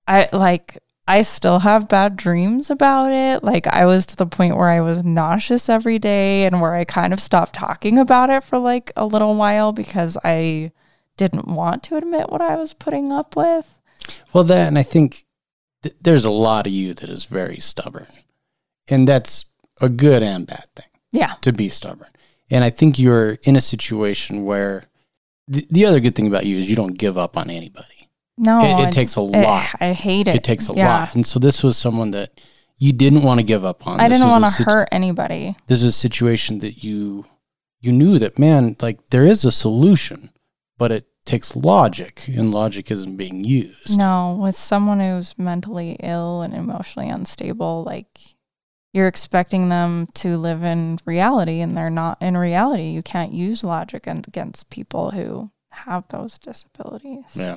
[SPEAKER 4] I like I still have bad dreams about it. Like I was to the point where I was nauseous every day and where I kind of stopped talking about it for like a little while because I didn't want to admit what I was putting up with.
[SPEAKER 2] Well, that, and I think th- there's a lot of you that is very stubborn. And that's a good and bad thing
[SPEAKER 4] Yeah.
[SPEAKER 2] to be stubborn. And I think you're in a situation where the, the other good thing about you is you don't give up on anybody.
[SPEAKER 4] No.
[SPEAKER 2] It- it,
[SPEAKER 4] I-
[SPEAKER 2] takes a
[SPEAKER 4] I-
[SPEAKER 2] lot.
[SPEAKER 4] I hate it.
[SPEAKER 2] It takes a
[SPEAKER 4] Yeah.
[SPEAKER 2] lot. And so this was someone that you didn't want to give up on.
[SPEAKER 4] I
[SPEAKER 2] This
[SPEAKER 4] didn't
[SPEAKER 2] was a
[SPEAKER 4] want to
[SPEAKER 2] sit-
[SPEAKER 4] hurt anybody.
[SPEAKER 2] This is a situation that you you knew that man, like there is a solution, but it takes logic, and logic isn't being used.
[SPEAKER 4] No, with someone who's mentally ill and emotionally unstable, like you're expecting them to live in reality and they're not in reality. You can't use logic and- against people who have those disabilities.
[SPEAKER 2] Yeah.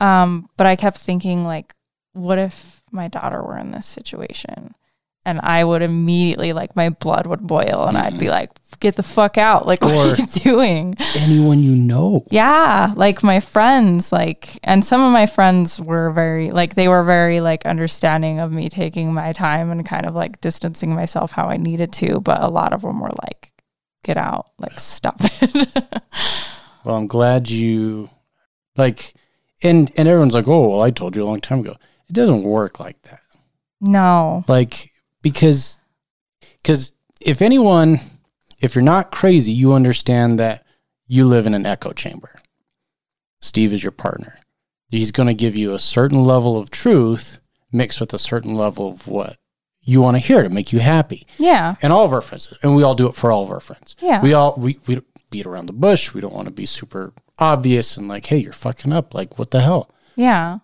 [SPEAKER 4] Um, but I kept thinking, like, what if my daughter were in this situation? And I would immediately, like, my blood would boil and I'd be like, get the fuck out. Like,
[SPEAKER 2] Or-
[SPEAKER 4] what are you *laughs* doing?
[SPEAKER 2] Anyone you know.
[SPEAKER 4] Yeah, like my friends, like, and some of my friends were very, like, they were very, like, understanding of me taking my time and kind of like distancing myself how I needed to. But a lot of them were like, get out, like, stop *laughs* it.
[SPEAKER 2] Well, I'm glad you like and and everyone's like, "Oh, well, I told you a long time ago." It doesn't work like that.
[SPEAKER 4] no.
[SPEAKER 2] Like because cuz if anyone if you're not crazy, you understand that you live in an echo chamber. Steve is your partner. He's going to give you a certain level of truth mixed with a certain level of what you want to hear to make you happy.
[SPEAKER 4] Yeah.
[SPEAKER 2] And all of our friends, and we all do it for all of our friends.
[SPEAKER 4] Yeah.
[SPEAKER 2] We all we we don't beat around the bush. We don't want to be super obvious and like, hey, you're fucking up. Like, what the hell?
[SPEAKER 4] Yeah.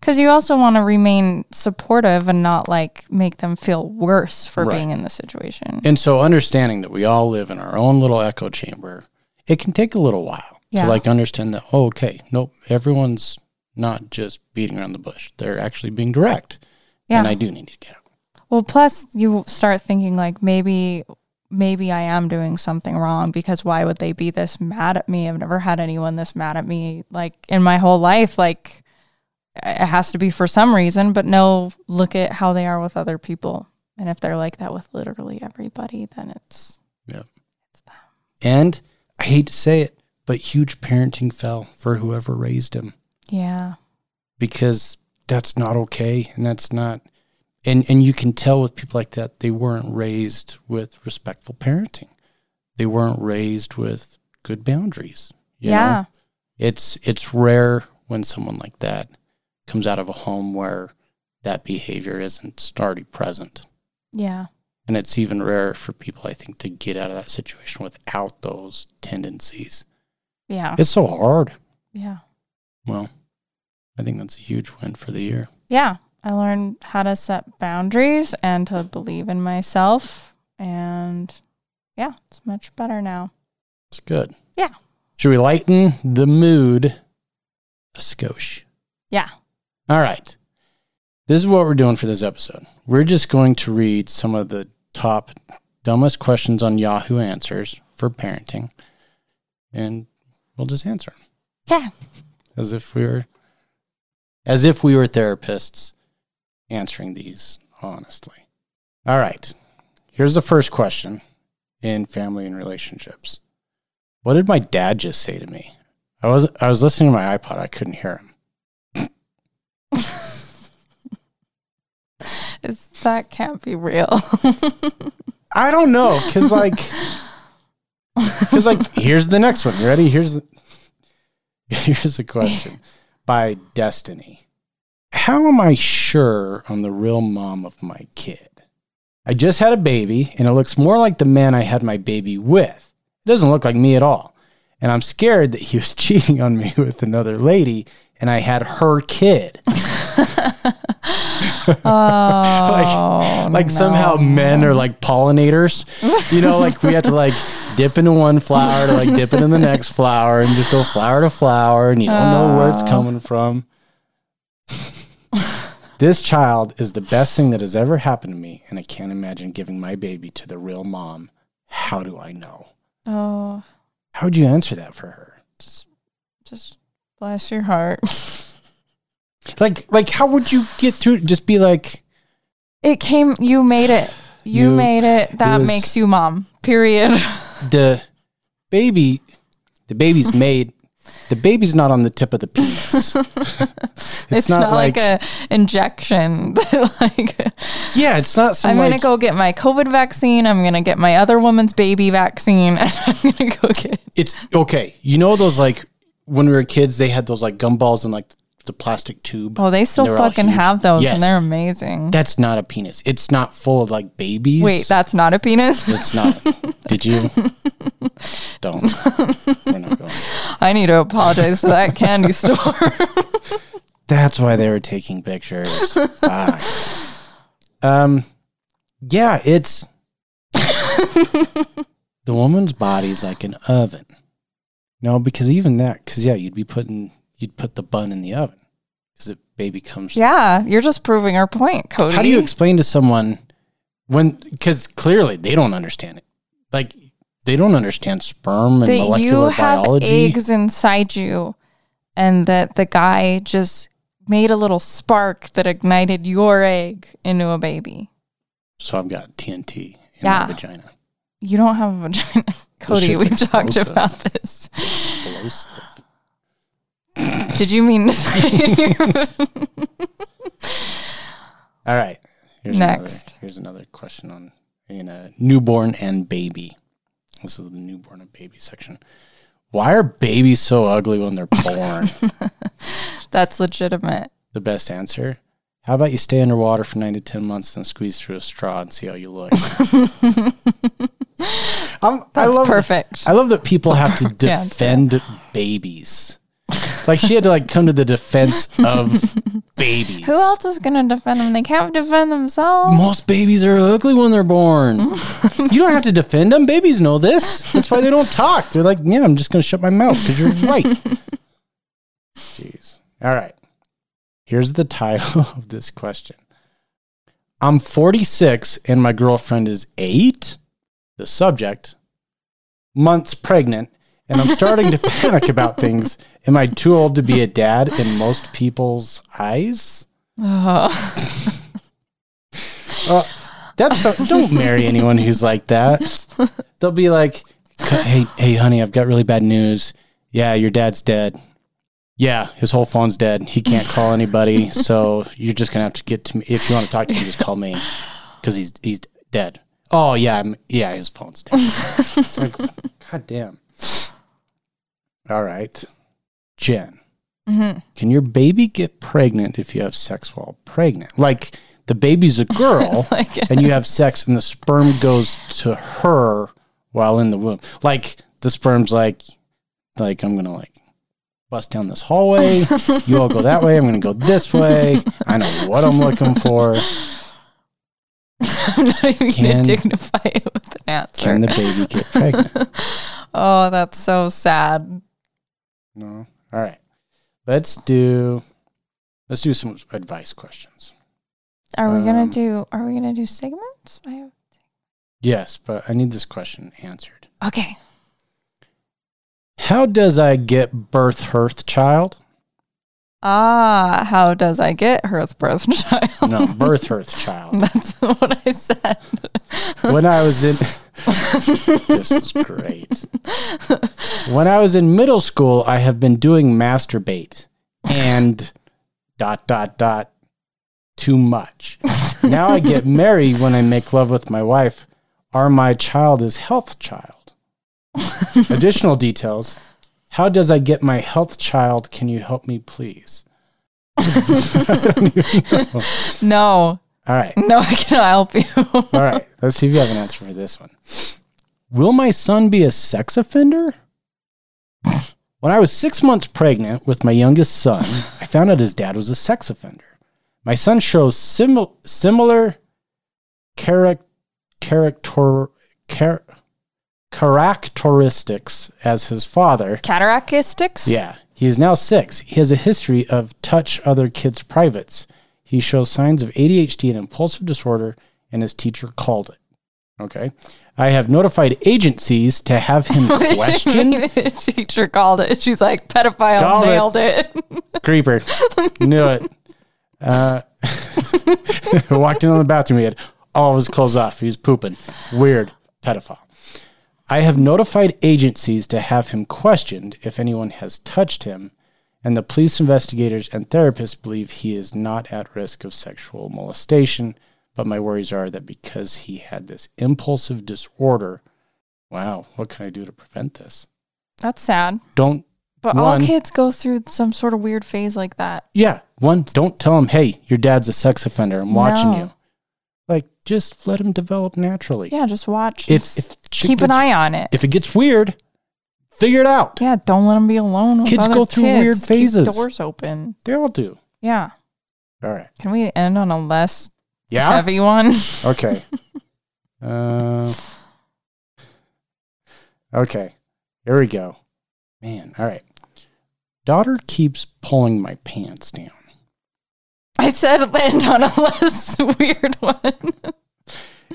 [SPEAKER 4] Cause you also want to remain supportive and not like make them feel worse for
[SPEAKER 2] Right.
[SPEAKER 4] being in the situation.
[SPEAKER 2] And so, understanding that we all live in our own little echo chamber, it can take a little while
[SPEAKER 4] Yeah.
[SPEAKER 2] to like understand that. Oh, okay, nope, everyone's not just beating around the bush. They're actually being direct.
[SPEAKER 4] Yeah.
[SPEAKER 2] And I do need to get out.
[SPEAKER 4] Well, plus you start thinking like maybe maybe I am doing something wrong because why would they be this mad at me? I've never had anyone this mad at me like in my whole life like it has to be for some reason, but no, look at how they are with other people. And if they're like that with literally everybody, then it's
[SPEAKER 2] And I hate to say it, but huge parenting fell for whoever raised him.
[SPEAKER 4] yeah.
[SPEAKER 2] because that's not okay and that's not and and you can tell with people like that they weren't raised with respectful parenting they weren't raised with good boundaries you
[SPEAKER 4] yeah.
[SPEAKER 2] know? it's it's rare when someone like that comes out of a home where that behavior isn't already present
[SPEAKER 4] Yeah.
[SPEAKER 2] and it's even rarer for people i think to get out of that situation without those tendencies
[SPEAKER 4] Yeah.
[SPEAKER 2] it's so hard
[SPEAKER 4] Yeah.
[SPEAKER 2] well i think that's a huge win for the year
[SPEAKER 4] Yeah, I learned how to set boundaries and to believe in myself. And yeah, it's much better now.
[SPEAKER 2] It's good.
[SPEAKER 4] Yeah.
[SPEAKER 2] Should we lighten the mood a skosh?
[SPEAKER 4] Yeah.
[SPEAKER 2] All right. This is what we're doing for this episode. We're just going to read some of the top dumbest questions on Yahoo Answers for parenting, and we'll just answer 'em
[SPEAKER 4] Yeah.
[SPEAKER 2] as if we were, as if we were therapists answering these honestly. All right. Here's the first question in family and relationships. What did my dad just say to me? I was I was listening to my iPod. I couldn't hear him.
[SPEAKER 4] It's, that can't
[SPEAKER 2] *laughs*
[SPEAKER 4] be real.
[SPEAKER 2] I don't know, cause like, cause like, here's the next one. You ready? Here's the here's a question by Destiny. How am I sure I'm the real mom of my kid? I just had a baby, and it looks more like the man I had my baby with. doesn't look like me at all. And I'm scared that he was *laughs* cheating on me with another lady and I had her kid.
[SPEAKER 4] Oh,
[SPEAKER 2] like like somehow men are like pollinators. You know, like we have to like dip into one flower to like dip into the next flower and just go flower to flower and you don't know where it's coming from. this child is the best thing that has ever happened to me and I can't imagine giving my baby to the real mom. How do I know?
[SPEAKER 4] Oh,
[SPEAKER 2] How would you answer that for her?
[SPEAKER 4] just, just bless your heart. *laughs*
[SPEAKER 2] Like like how would you get through just be like
[SPEAKER 4] It came. You made it. You,
[SPEAKER 2] You-
[SPEAKER 4] made it. That
[SPEAKER 2] was-
[SPEAKER 4] makes you mom. Period.
[SPEAKER 2] the baby the
[SPEAKER 4] *laughs*
[SPEAKER 2] baby's made the baby's not on the tip of the penis.
[SPEAKER 4] It's, not, like, a injection. *laughs* that, like
[SPEAKER 2] Yeah, it's not some
[SPEAKER 4] I'm gonna
[SPEAKER 2] like-
[SPEAKER 4] go get my COVID vaccine. I'm gonna get my other woman's baby vaccine. *laughs* And I'm gonna go get.
[SPEAKER 2] it's okay. You know those like when we were kids they had those like gumballs in like the plastic tube.
[SPEAKER 4] Oh, they still
[SPEAKER 2] They're all
[SPEAKER 4] fucking
[SPEAKER 2] huge.
[SPEAKER 4] have those,
[SPEAKER 2] Yes.
[SPEAKER 4] and they're amazing.
[SPEAKER 2] That's not a penis. It's not full of like babies.
[SPEAKER 4] Wait, that's not
[SPEAKER 2] *laughs*
[SPEAKER 4] a penis.
[SPEAKER 2] it's
[SPEAKER 4] *laughs*
[SPEAKER 2] not. Did you? Don't. We're not going.
[SPEAKER 4] I need to apologize to that candy store.
[SPEAKER 2] *laughs* That's why they were taking pictures.
[SPEAKER 4] *laughs*
[SPEAKER 2] Fuck. Um, yeah,
[SPEAKER 4] *laughs*
[SPEAKER 2] it's the woman's body is like an oven. No, because even that, because yeah, you'd be putting you'd put the bun in the oven because the baby comes.
[SPEAKER 4] yeah, you're just proving our point, Cody.
[SPEAKER 2] How do you explain to someone when? Because clearly they don't understand it. Like they don't understand sperm and
[SPEAKER 4] that you
[SPEAKER 2] molecular
[SPEAKER 4] have
[SPEAKER 2] biology.
[SPEAKER 4] eggs inside you and that the guy just made a little spark that ignited your egg into a baby.
[SPEAKER 2] So I've got TNT in
[SPEAKER 4] Yeah.
[SPEAKER 2] my vagina.
[SPEAKER 4] You don't have a vagina. *laughs* Cody,
[SPEAKER 2] shit's
[SPEAKER 4] we've talked
[SPEAKER 2] explosive.
[SPEAKER 4] about this.
[SPEAKER 2] Explosive.
[SPEAKER 4] Did you mean to say *laughs*
[SPEAKER 2] All right. Here's
[SPEAKER 4] Next.
[SPEAKER 2] Another, here's another question on you know, newborn and baby. This is the newborn and baby section. Why are babies so ugly when they're
[SPEAKER 4] *laughs*
[SPEAKER 2] born?
[SPEAKER 4] that's legitimate?
[SPEAKER 2] the best answer. How about you stay underwater for nine to ten months, then squeeze through a straw and see how you
[SPEAKER 4] *laughs*
[SPEAKER 2] look? I'm, I
[SPEAKER 4] That's
[SPEAKER 2] love
[SPEAKER 4] perfect.
[SPEAKER 2] I love that people have to
[SPEAKER 4] perfect answer.
[SPEAKER 2] defend babies. Like she had to like come to the defense
[SPEAKER 4] *laughs*
[SPEAKER 2] of babies.
[SPEAKER 4] Who else is going to defend them? They can't defend themselves.
[SPEAKER 2] Most babies are ugly when they're born. you don't have to defend them. Babies know this. That's why they don't talk. They're like, yeah, I'm just going to shut my mouth because you're right. Jeez. All right. Here's the title *laughs* of this question I'm 46 and my girlfriend is eight. The subject, months pregnant, and I'm starting to panic about things. Am I too old to be a dad in most people's eyes?
[SPEAKER 4] *laughs* Ugh.
[SPEAKER 2] Uh, that's so, don't marry anyone who's like that. They'll be like, "Hey, hey, honey, I've got really bad news. Yeah, your dad's dead. Yeah, his whole phone's dead. He can't call anybody. So you're just gonna have to get to me if you want to talk to him. Just call me because he's he's dead. Oh yeah, I'm, yeah, his phone's dead. It's like, *laughs* God damn. All right, Jen
[SPEAKER 4] Mhm.
[SPEAKER 2] can your baby get pregnant if you have sex while pregnant? Like the baby's a girl
[SPEAKER 4] like-
[SPEAKER 2] and you have sex and the sperm goes to her while in the womb. Like the sperm's like like I'm gonna like bust down this hallway. you all go that way, I'm gonna go this way. I know what I'm looking for.
[SPEAKER 4] *laughs* I'm not even going to
[SPEAKER 2] Can-
[SPEAKER 4] dignify it with an answer.
[SPEAKER 2] Can the baby get pregnant?
[SPEAKER 4] oh, that's so sad.
[SPEAKER 2] No. All right. Let's do let's do some advice questions.
[SPEAKER 4] Are we gonna
[SPEAKER 2] Um,
[SPEAKER 4] do? Are we gonna do segments? I have,
[SPEAKER 2] Yes, but I need this question answered.
[SPEAKER 4] okay.
[SPEAKER 2] How does I get birth hearth child?
[SPEAKER 4] Ah, how does I get hearth birth *laughs* child?
[SPEAKER 2] No, birth hearth child.
[SPEAKER 4] *laughs* That's what I said.
[SPEAKER 2] When I was in *laughs* This is great. When I was in middle school, I have been doing masturbate and dot dot dot too much. Now I get married when I make love with my wife. Are my child is health child? Additional details. How does I get my health child? Can you help me please? *laughs*
[SPEAKER 4] no,
[SPEAKER 2] All right.
[SPEAKER 4] *laughs*
[SPEAKER 2] *laughs*
[SPEAKER 4] no, I cannot help you.
[SPEAKER 2] All right, let's see if you have an answer for this one. Will my son be a sex offender? when I was six months pregnant with my youngest son, I found out his dad was a sex offender. My son shows simil- similar charac- character char- characteristics as his father.
[SPEAKER 4] *laughs* Cataractistics?
[SPEAKER 2] Yeah, he is now six. He has a history of touch other kids' privates. He shows signs of ADHD and impulsive disorder, and his teacher called it. Okay. I have notified agencies to have him questioned.
[SPEAKER 4] teacher called it. She's like, pedophile
[SPEAKER 2] Called it.
[SPEAKER 4] nailed it.
[SPEAKER 2] Creeper. Knew it. Uh, *laughs* walked in on the bathroom. He had all of his clothes off. He was pooping. Weird. Pedophile. I have notified agencies to have him questioned if anyone has touched him, and the police investigators and therapists believe he is not at risk of sexual molestation. But my worries are that because he had this impulsive disorder, wow, what can I do to prevent this?
[SPEAKER 4] That's sad.
[SPEAKER 2] Don't
[SPEAKER 4] But
[SPEAKER 2] One.
[SPEAKER 4] all kids go through some sort of weird phase like that.
[SPEAKER 2] Yeah. One, don't tell him, hey, your dad's a sex offender. I'm watching
[SPEAKER 4] No.
[SPEAKER 2] you. Like, just let him develop naturally.
[SPEAKER 4] Yeah, just watch.
[SPEAKER 2] If-
[SPEAKER 4] Just
[SPEAKER 2] if chick
[SPEAKER 4] keep an
[SPEAKER 2] gets-
[SPEAKER 4] eye on it.
[SPEAKER 2] If it gets weird, figure it out.
[SPEAKER 4] yeah, don't let them be alone. With
[SPEAKER 2] Kids
[SPEAKER 4] other
[SPEAKER 2] go through
[SPEAKER 4] kids.
[SPEAKER 2] weird
[SPEAKER 4] Keep
[SPEAKER 2] phases.
[SPEAKER 4] doors open.
[SPEAKER 2] They all do.
[SPEAKER 4] Yeah.
[SPEAKER 2] All right.
[SPEAKER 4] Can we end on a less
[SPEAKER 2] Yeah.
[SPEAKER 4] heavy one? *laughs*
[SPEAKER 2] Okay. uh, okay. Here we go. Man. All right. Daughter keeps pulling my pants down.
[SPEAKER 4] I said end on a *laughs* less weird one.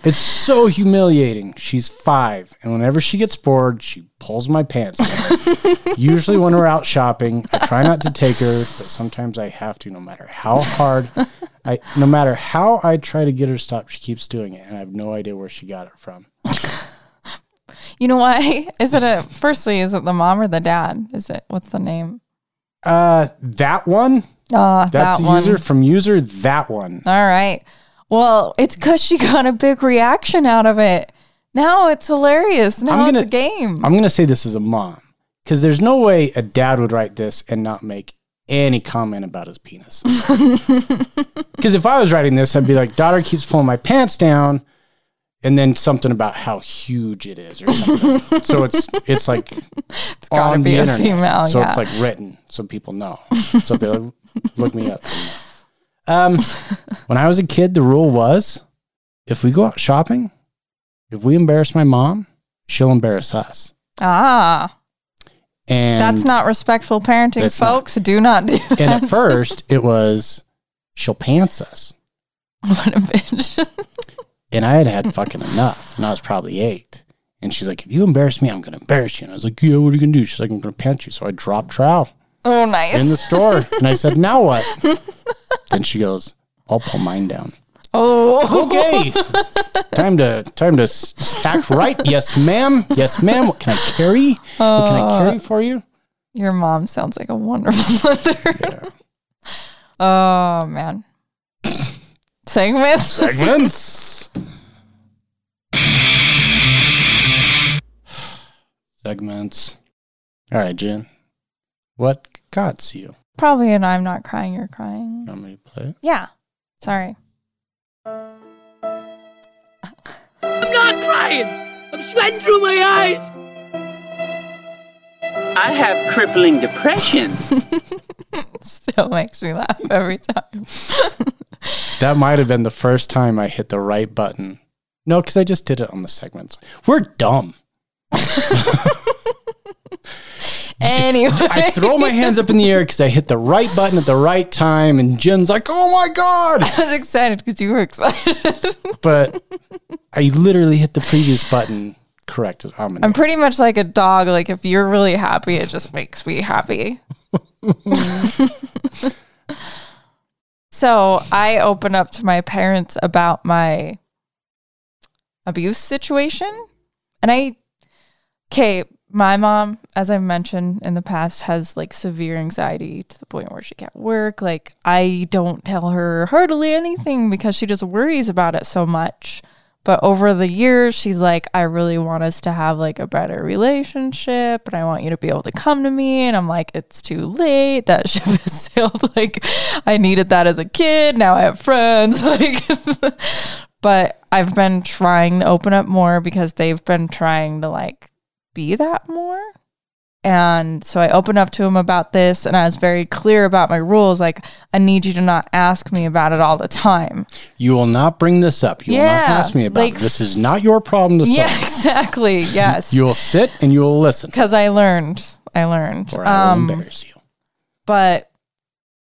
[SPEAKER 2] It's so humiliating. She's five, and whenever she gets bored, she pulls my pants *laughs* down. Usually, when we're out shopping, I try not to take her, but sometimes I have to, no matter how hard I, no matter how I try to get her to stop, she keeps doing it, and I have no idea where she got it from.
[SPEAKER 4] You know why? Is it a firstly, is it the mom or the dad? Is it what's the name?
[SPEAKER 2] Uh, that one.
[SPEAKER 4] Uh
[SPEAKER 2] That's
[SPEAKER 4] that
[SPEAKER 2] the
[SPEAKER 4] one.
[SPEAKER 2] user from user. That one.
[SPEAKER 4] All right. Well, it's because she got a big reaction out of it. Now it's hilarious. Now
[SPEAKER 2] I'm gonna-
[SPEAKER 4] it's a game.
[SPEAKER 2] I'm gonna say this is a mom because there's no way a dad would write this and not make any comment about his penis. Because if I was writing this, I'd be like, "Daughter keeps pulling my pants down," and then something about how huge it is, or something. so it's it's like it's
[SPEAKER 4] gotta be a female,
[SPEAKER 2] so
[SPEAKER 4] yeah.
[SPEAKER 2] it's like written, so people know. So they will look me up. Um, when I was a kid, the rule was if we go out shopping, if we embarrass my mom, she'll embarrass us.
[SPEAKER 4] ah,
[SPEAKER 2] And
[SPEAKER 4] that's not respectful parenting,
[SPEAKER 2] That's not.
[SPEAKER 4] folks. Do not do
[SPEAKER 2] And
[SPEAKER 4] that. *laughs*
[SPEAKER 2] at first, it was she'll pants us,
[SPEAKER 4] what a bitch.
[SPEAKER 2] and I had had fucking enough, and I was probably eight. And she's like, "If you embarrass me, I'm gonna embarrass you." And I was like, "Yeah, what are you gonna do?" She's like, "I'm gonna pants you." So I dropped trowel
[SPEAKER 4] oh,
[SPEAKER 2] in the
[SPEAKER 4] nice.
[SPEAKER 2] store, and I said, "Now what?" then she goes, "I'll pull mine down."
[SPEAKER 4] Oh,
[SPEAKER 2] Okay, *laughs* time to time to s- act right. Yes, ma'am. Yes, ma'am. What can I carry? What can I carry for you?
[SPEAKER 4] *laughs* your mom sounds like a wonderful *laughs* mother. Oh man, segments.
[SPEAKER 2] Segments. Segments. All right, Jen. What got you?
[SPEAKER 4] Probably, and I'm not crying. You're crying.
[SPEAKER 2] Want me to play it?
[SPEAKER 4] Yeah. Sorry. *laughs*
[SPEAKER 5] I'm not crying. I'm sweating through my eyes. I have crippling depression.
[SPEAKER 4] Still makes me laugh every time.
[SPEAKER 2] That might have been the first time I hit the right button. No, because I just did it on the segments. We're dumb.
[SPEAKER 4] Anyway. *laughs*
[SPEAKER 2] I throw my hands up in the air because I hit the right button at the right time, and Jen's like, oh my God.
[SPEAKER 4] I was excited because you were excited.
[SPEAKER 2] But I literally hit the previous button correct. I'm an
[SPEAKER 4] I'm pretty much like a dog. Like if you're really happy, it just makes me happy. so I open up to my parents about my abuse situation, and I, okay, my mom, as I mentioned in the past, has like severe anxiety to the point where she can't work. Like I don't tell her hardly anything because she just worries about it so much. But over the years, she's like, I really want us to have like a better relationship and I want you to be able to come to me. And I'm like, it's too late. That *laughs* ship has *laughs* sailed. Like, I needed that as a kid. Now I have friends. Like, But I've been trying to open up more because they've been trying to like be that more. And so I opened up to him about this and I was very clear about my rules. Like, I need you to not ask me about it all the time.
[SPEAKER 2] You will not bring this up. You will not
[SPEAKER 4] Yeah,
[SPEAKER 2] ask me about
[SPEAKER 4] like-
[SPEAKER 2] it. This is not your problem to solve.
[SPEAKER 4] *laughs* Yeah, exactly. Yes.
[SPEAKER 2] You will sit and you will listen,
[SPEAKER 4] Because I learned. I learned.
[SPEAKER 2] or I will
[SPEAKER 4] Um,
[SPEAKER 2] embarrass you.
[SPEAKER 4] but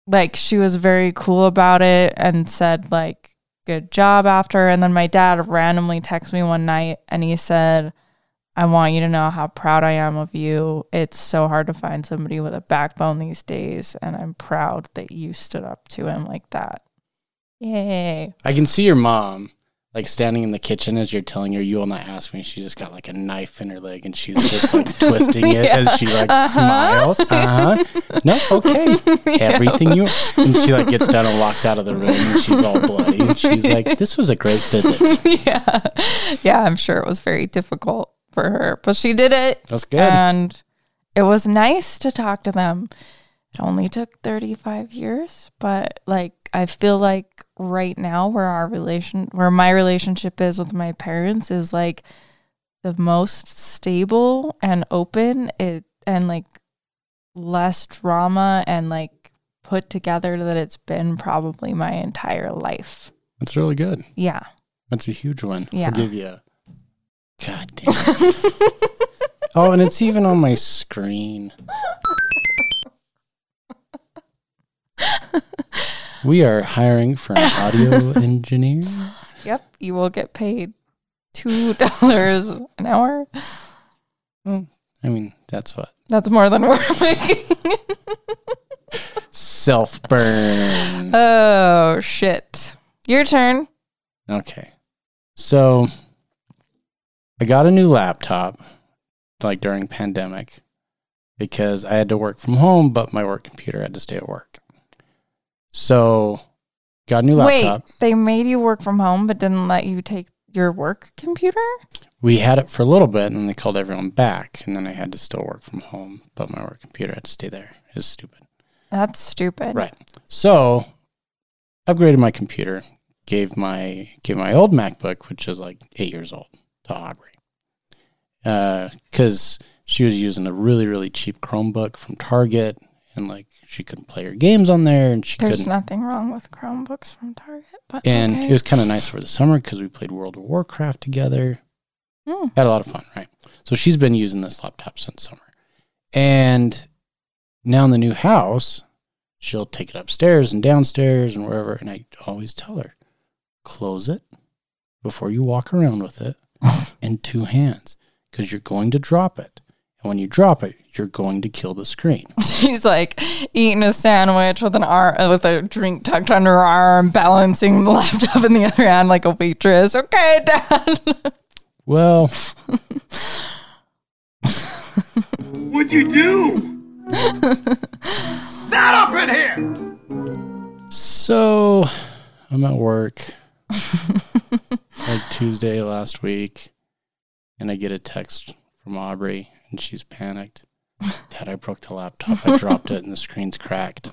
[SPEAKER 4] like she was very cool about it and said like good job after and then my dad randomly texted me one night and he said i want you to know how proud i am of you it's so hard to find somebody with a backbone these days and i'm proud that you stood up to him like that yay
[SPEAKER 2] I can see your mom like standing in the kitchen as you're telling her you will not ask me. She just got like a knife in her leg and she's just
[SPEAKER 4] *laughs*
[SPEAKER 2] like twisting it
[SPEAKER 4] Yeah.
[SPEAKER 2] as she like smiles. Uh-huh. No, okay. Everything you and she like gets done and walks out of the room and she's all bloody. And she's like, This was a great visit.
[SPEAKER 4] *laughs* yeah yeah i'm sure it was very difficult for her but she did it
[SPEAKER 2] That's good.
[SPEAKER 4] And it was nice to talk to them. It only took 35 years, but like I feel like right now where our relation where my relationship is with my parents is like the most stable and open it and like less drama and like put together that it's been probably my entire life.
[SPEAKER 2] That's really good.
[SPEAKER 4] Yeah. *laughs*
[SPEAKER 2] That's a huge one.
[SPEAKER 4] Yeah.
[SPEAKER 2] I'll give you a God damn it. oh, and it's even on my screen. We are hiring for an audio engineer.
[SPEAKER 4] Yep, you will get paid $2 an hour.
[SPEAKER 2] I mean, that's what
[SPEAKER 4] That's more than *laughs* we're making.
[SPEAKER 2] self burn.
[SPEAKER 4] Oh shit. Your turn.
[SPEAKER 2] Okay. So I got a new laptop like during pandemic because I had to work from home, but my work computer had to stay at work. So got a new laptop.
[SPEAKER 4] Wait, they made you work from home but didn't let you take your work computer?
[SPEAKER 2] we had it for a little bit and then they called everyone back and then i had to still work from home but my work computer had to stay there it's stupid
[SPEAKER 4] That's stupid.
[SPEAKER 2] right so upgraded my computer gave my gave my old macbook which is like eight years old to aubrey because she was using a really really cheap chromebook from target and like she couldn't play her games on there and she
[SPEAKER 4] There's
[SPEAKER 2] couldn't
[SPEAKER 4] nothing wrong with Chromebooks from Target, but
[SPEAKER 2] and
[SPEAKER 4] okay.
[SPEAKER 2] it was kind of nice for the summer because we played world of warcraft together
[SPEAKER 4] Hmm. *laughs*
[SPEAKER 2] had a lot of fun, right? So she's been using this laptop since summer. And now in the new house, she'll take it upstairs and downstairs and wherever. And I always tell her, close it before you walk around with it in two hands because you're going to drop it. And when you drop it, you're going to kill the screen.
[SPEAKER 4] She's like eating a sandwich with an arm uh, with a drink tucked under her arm, balancing the *laughs* laptop in the other hand like a waitress. Okay, *laughs* dad.
[SPEAKER 2] Well,
[SPEAKER 6] What'd you do? Not up in here!
[SPEAKER 2] So I'm at work like Tuesday last week, and I get a text from Aubrey, and she's panicked. Dad, I broke the laptop. I dropped it, and the screen's cracked.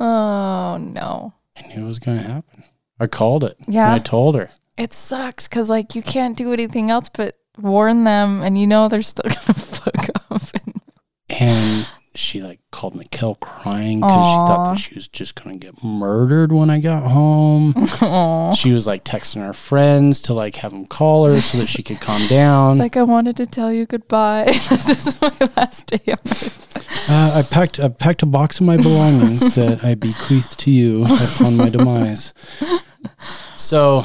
[SPEAKER 4] Oh no.
[SPEAKER 2] I knew it was going to happen. I called it. And
[SPEAKER 4] Yeah.
[SPEAKER 2] I told her.
[SPEAKER 4] It sucks cuz like you can't do anything else but warn them and you know they're still *laughs* going to fuck off. *sighs*
[SPEAKER 2] And she like called Mikkel crying because she thought
[SPEAKER 4] Aw.
[SPEAKER 2] that she was just going to get murdered when I got home.
[SPEAKER 4] *laughs* Aw.
[SPEAKER 2] she was like texting her friends to like have them call her so that she could calm down.
[SPEAKER 4] It's like I wanted to tell you goodbye. *laughs* this is my last day. on earth."
[SPEAKER 2] Uh, I packed I packed a box of my
[SPEAKER 4] *laughs*
[SPEAKER 2] belongings that I bequeath to you upon my demise. So,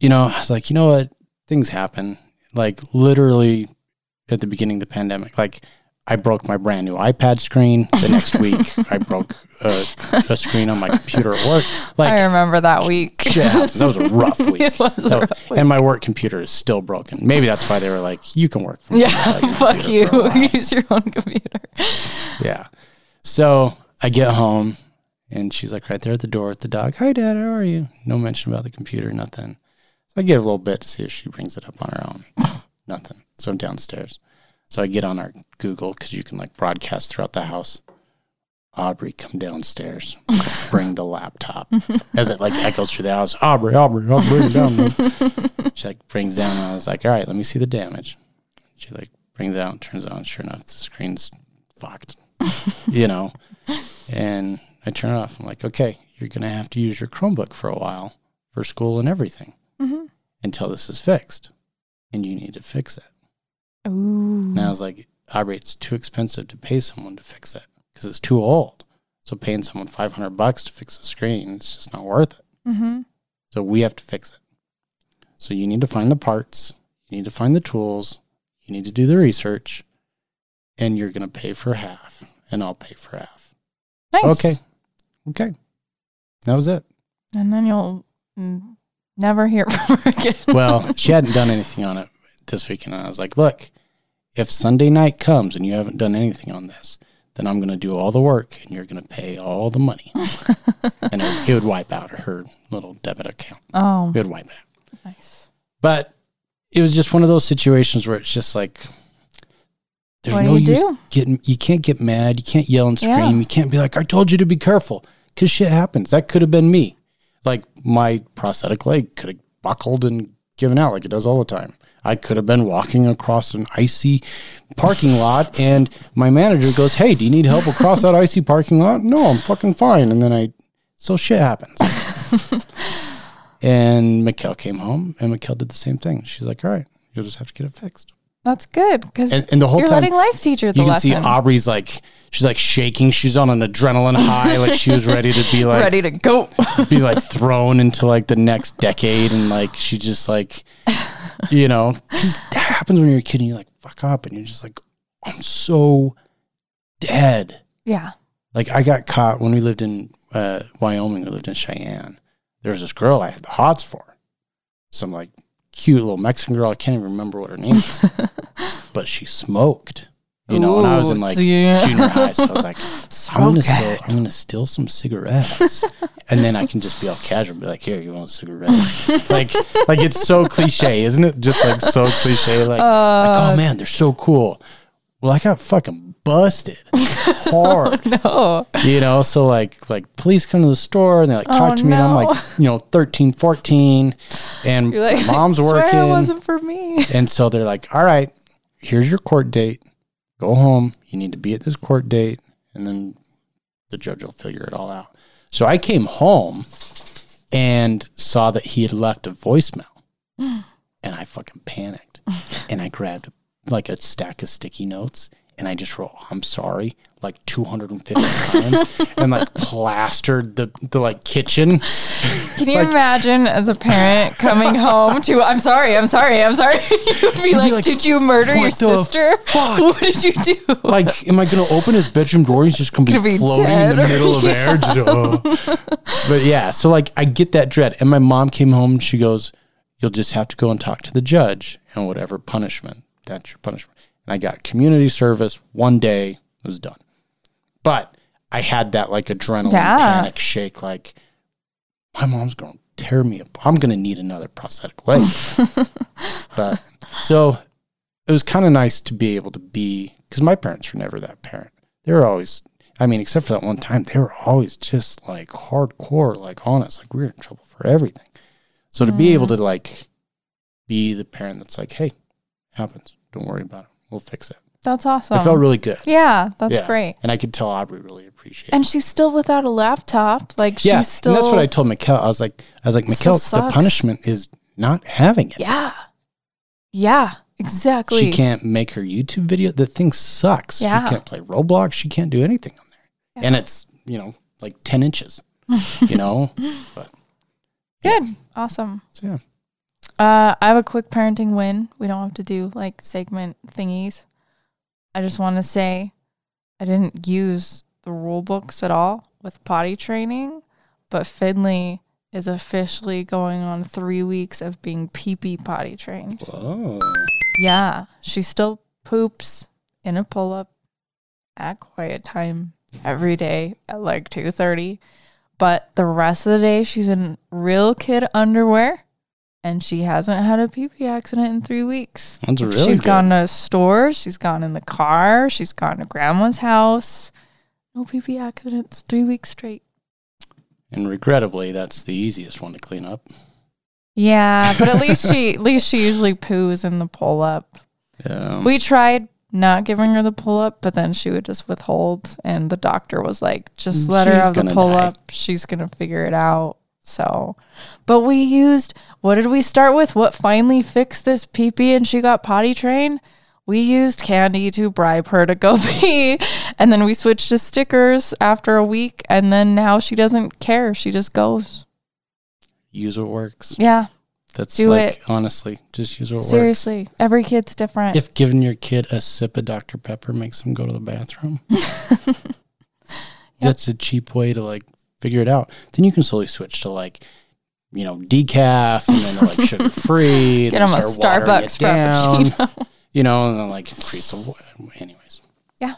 [SPEAKER 2] you know, I was like, you know what? Things happen. Like literally at the beginning of the pandemic, like I broke my brand new iPad screen. The next week, I broke a, a screen on my computer at work. Like,
[SPEAKER 4] I remember that week.
[SPEAKER 2] shit happens. That was a rough week.
[SPEAKER 4] *laughs* It was a
[SPEAKER 2] So-
[SPEAKER 4] rough week.
[SPEAKER 2] And my work computer is still broken. Maybe that's why they were like, you can work from
[SPEAKER 4] yeah,
[SPEAKER 2] home without your
[SPEAKER 4] *laughs* fuck
[SPEAKER 2] computer
[SPEAKER 4] you.
[SPEAKER 2] for a while.
[SPEAKER 4] Use your own computer.
[SPEAKER 2] Yeah. So I get home and she's like right there at the door with the dog. Hi, Dad. How are you? No mention about the computer, nothing. So I give her a little bit to see if she brings it up on her own. nothing. So I'm downstairs. So I get on our Google because you can like broadcast throughout the house. Aubrey, come downstairs. Bring the laptop. As it like echoes through the house. Aubrey, Aubrey, I'll bring it down. there." she like brings down. And I was like, all right, let me see the damage. She like brings it out. Turns out, sure enough, the screen's fucked. you know, and I turn it off. I'm like, okay, you're gonna have to use your Chromebook for a while for school and everything until this is fixed, and you need to fix it.
[SPEAKER 4] Ooh.
[SPEAKER 2] And I was like, Aubrey, it's too expensive to pay someone to fix it because it's too old. So paying someone 500 bucks to fix the screen, it's just not worth it.
[SPEAKER 4] Mm-hmm.
[SPEAKER 2] So we have to fix it. So you need to find the parts, you need to find the tools, you need to do the research, and you're going to pay for half, and I'll pay for half.
[SPEAKER 4] Nice.
[SPEAKER 2] Okay. Okay. That was it.
[SPEAKER 4] And then you'll mm, never hear *laughs* from her again.
[SPEAKER 2] *laughs* Well, she hadn't done anything on it this weekend. And I was like, look, if Sunday night comes and you haven't done anything on this, then I'm going to do all the work and you're going to pay all the *laughs* money. and it, it would wipe out her little debit account.
[SPEAKER 4] *laughs* oh,
[SPEAKER 2] It would wipe it out.
[SPEAKER 4] nice.
[SPEAKER 2] But it was just one of those situations where it's just like, there's
[SPEAKER 4] What do
[SPEAKER 2] no
[SPEAKER 4] you
[SPEAKER 2] use
[SPEAKER 4] do?
[SPEAKER 2] getting, you can't get mad. You can't yell and scream.
[SPEAKER 4] Yeah.
[SPEAKER 2] You can't be like, I told you to be careful because shit happens. That could have been me. Like my prosthetic leg could have buckled and given out like it does all the time. I could have been walking across an icy parking lot and my manager goes, Hey, do you need help across that icy parking lot? No, I'm fucking fine. And then I, so shit happens. And Mikkel came home, and Mikkel did the same thing. She's like, "All right, you'll just have to get it fixed."
[SPEAKER 4] That's good because
[SPEAKER 2] And- and the whole
[SPEAKER 4] you're
[SPEAKER 2] time,
[SPEAKER 4] letting life teach you the
[SPEAKER 2] you can
[SPEAKER 4] lesson.
[SPEAKER 2] see Aubrey's like, she's like shaking. She's on an adrenaline high, like she was ready to
[SPEAKER 4] *laughs*
[SPEAKER 2] be like,
[SPEAKER 4] Ready to go.
[SPEAKER 2] be like thrown into like the next decade, and like she just like, you know, 'cause that happens when you're a kid, and you're like, "Fuck up," and you're just like, "I'm so dead."
[SPEAKER 4] yeah.
[SPEAKER 2] Like I got caught when we lived in uh, Wyoming. We lived in Cheyenne. There was this girl I had the hots for, some like cute little Mexican girl. I can't even remember what her name was,
[SPEAKER 4] *laughs*
[SPEAKER 2] but she smoked. You know, and I was in
[SPEAKER 4] Ooh,
[SPEAKER 2] like
[SPEAKER 4] dear. *laughs*
[SPEAKER 2] junior high, so I was like, I'm
[SPEAKER 4] Smoke
[SPEAKER 2] gonna
[SPEAKER 4] it. *laughs*
[SPEAKER 2] steal, I'm gonna steal some cigarettes, and then I can just be all casual, and be like, "Here, you want a
[SPEAKER 4] *laughs*
[SPEAKER 2] cigarette?" like, like it's so cliche, isn't it? Just like so cliche. Like, like,
[SPEAKER 4] Uh,
[SPEAKER 2] oh man, they're so cool. Well, I got fucking
[SPEAKER 4] *laughs*
[SPEAKER 2] busted hard
[SPEAKER 4] Oh,
[SPEAKER 2] you know so like like police come to the store and they like talk
[SPEAKER 4] Oh,
[SPEAKER 2] to me and i'm
[SPEAKER 4] no.
[SPEAKER 2] like you know 13 14 and
[SPEAKER 4] you're like,
[SPEAKER 2] my mom's
[SPEAKER 4] I swear
[SPEAKER 2] working
[SPEAKER 4] It wasn't for me.
[SPEAKER 2] and so they're like all right here's your court date go home you need to be at this court date and then the judge will figure it all out so i came home and saw that he had left a voicemail and i fucking panicked and i grabbed like a stack of sticky notes and i just wrote i'm sorry like 250 times and like plastered the, the like kitchen
[SPEAKER 4] *laughs* Can you imagine as a parent coming home to, I'm sorry, I'm sorry, I'm sorry? *laughs* You'd be like,
[SPEAKER 2] like,
[SPEAKER 4] Did you murder your
[SPEAKER 2] "What the
[SPEAKER 4] sister? *laughs*
[SPEAKER 2] fuck?"
[SPEAKER 4] What did you do?
[SPEAKER 2] like, am I going to open his bedroom door? He's just going to
[SPEAKER 4] Gonna
[SPEAKER 2] be
[SPEAKER 4] be
[SPEAKER 2] floating in the
[SPEAKER 4] dead.
[SPEAKER 2] middle of
[SPEAKER 4] *laughs*
[SPEAKER 2] air. Just, oh. But yeah, so like, I get that dread. And my mom came home and she goes, You'll just have to go and talk to the judge and whatever punishment. That's your punishment. And I got community service one day, it was done. But I had that like adrenaline
[SPEAKER 4] Yeah.
[SPEAKER 2] panic shake, like, my mom's going to tear me up. I'm going to need another prosthetic leg. but so it was kind of nice to be able to be because my parents were never that parent. They were always, I mean, except for that one time, they were always just like hardcore, like honest, like we were in trouble for everything. So to be able
[SPEAKER 4] Mm.
[SPEAKER 2] to like be the parent that's like, hey, happens, don't worry about it, we'll fix it.
[SPEAKER 4] That's awesome.
[SPEAKER 2] it felt really good.
[SPEAKER 4] yeah, that's
[SPEAKER 2] Yeah.
[SPEAKER 4] great.
[SPEAKER 2] and I could tell Aubrey really appreciated. it.
[SPEAKER 4] And she's still without a laptop. Like,
[SPEAKER 2] yeah,
[SPEAKER 4] she's still.
[SPEAKER 2] and that's what I told Mikkel. I was like, I was like,
[SPEAKER 4] It still
[SPEAKER 2] Mikkel, the
[SPEAKER 4] sucks.
[SPEAKER 2] punishment is not having it.
[SPEAKER 4] Yeah. Yeah, exactly.
[SPEAKER 2] She can't make her YouTube video. The thing sucks.
[SPEAKER 4] Yeah.
[SPEAKER 2] She can't play Roblox. She can't do anything on there. And it's, you know, like 10 inches, you
[SPEAKER 4] *laughs*
[SPEAKER 2] know? But,
[SPEAKER 4] Good. Awesome.
[SPEAKER 2] so yeah.
[SPEAKER 4] Uh, I have a quick parenting win. We don't have to do like segment thingies. I just want to say I didn't use the rule books at all with potty training, but Finley is officially going on three weeks of being pee pee potty trained.
[SPEAKER 2] Oh.
[SPEAKER 4] Yeah, she still poops in a pull up at quiet time every day at like two thirty. But the rest of the day she's in real kid underwear and she hasn't had a pee pee accident in three weeks.
[SPEAKER 2] That's really
[SPEAKER 4] She's
[SPEAKER 2] good.
[SPEAKER 4] gone to stores, she's gone in the car, she's gone to grandma's house. No PP accidents. Three weeks straight.
[SPEAKER 2] And regrettably, that's the easiest one to clean up.
[SPEAKER 4] Yeah, but at least she at least she usually poos in the pull up.
[SPEAKER 2] Um,
[SPEAKER 4] We tried not giving her the pull up, but then she would just withhold and the doctor was like, just
[SPEAKER 2] Mm,
[SPEAKER 4] let her
[SPEAKER 2] she's
[SPEAKER 4] have the
[SPEAKER 2] gonna
[SPEAKER 4] pull
[SPEAKER 2] die.
[SPEAKER 4] up. She's gonna figure it out. So but we used what did we start with? What finally fixed this pee pee and she got potty trained? We used candy to bribe her to go *laughs* pee. And then we switched to stickers after a week and then now she doesn't care. She just goes.
[SPEAKER 2] use what works.
[SPEAKER 4] Yeah.
[SPEAKER 2] That's
[SPEAKER 4] do
[SPEAKER 2] like
[SPEAKER 4] it.
[SPEAKER 2] honestly, just use what works.
[SPEAKER 4] Seriously, every kid's different.
[SPEAKER 2] If giving your kid a sip of Dr Pepper makes them go to the
[SPEAKER 4] *laughs*
[SPEAKER 2] bathroom, that's a cheap way to like figure it out. Then you can slowly switch to like. You know, decaf, and then
[SPEAKER 4] *laughs*
[SPEAKER 2] like sugar free.
[SPEAKER 4] Get them a Starbucks frappuccino.
[SPEAKER 2] you know, and then like increase the. wa- Anyways,
[SPEAKER 4] Yeah.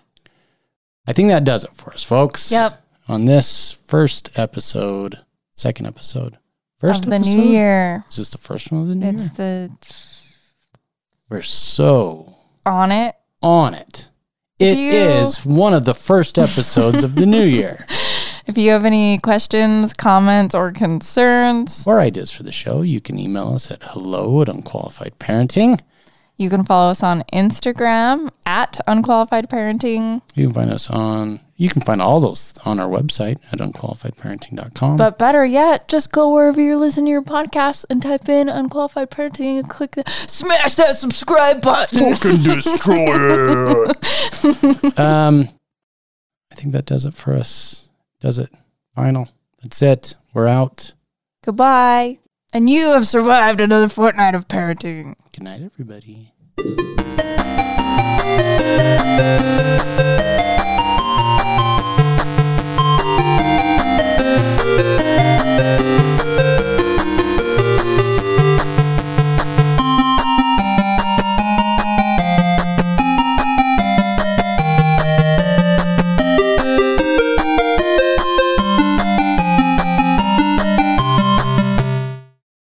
[SPEAKER 2] I think that does it for us, folks.
[SPEAKER 4] Yep.
[SPEAKER 2] On this first episode, second episode, first
[SPEAKER 4] of the
[SPEAKER 2] episode,
[SPEAKER 4] new year.
[SPEAKER 2] Is this the first one of the new
[SPEAKER 4] It's
[SPEAKER 2] year?
[SPEAKER 4] the
[SPEAKER 2] We're so
[SPEAKER 4] on it.
[SPEAKER 2] on it. It
[SPEAKER 4] Do
[SPEAKER 2] is
[SPEAKER 4] you-
[SPEAKER 2] one of the first episodes of the new
[SPEAKER 4] *laughs*
[SPEAKER 2] year.
[SPEAKER 4] If you have any questions, comments, or concerns,
[SPEAKER 2] Or ideas for the show, you can email us at hello at unqualified parenting.
[SPEAKER 4] you can follow us on Instagram at unqualified parenting.
[SPEAKER 2] You can find us on, you can find all those on our website at unqualifiedparenting.com.
[SPEAKER 4] But *laughs* better yet, just go wherever you're listening to your podcast and type in unqualified parenting and click the smash that subscribe button. *laughs*
[SPEAKER 6] destroy it.
[SPEAKER 2] um, I think that does it for us. Does it? Final. That's it. We're out.
[SPEAKER 4] Goodbye. And you have survived another fortnight of parenting.
[SPEAKER 2] Good night, everybody.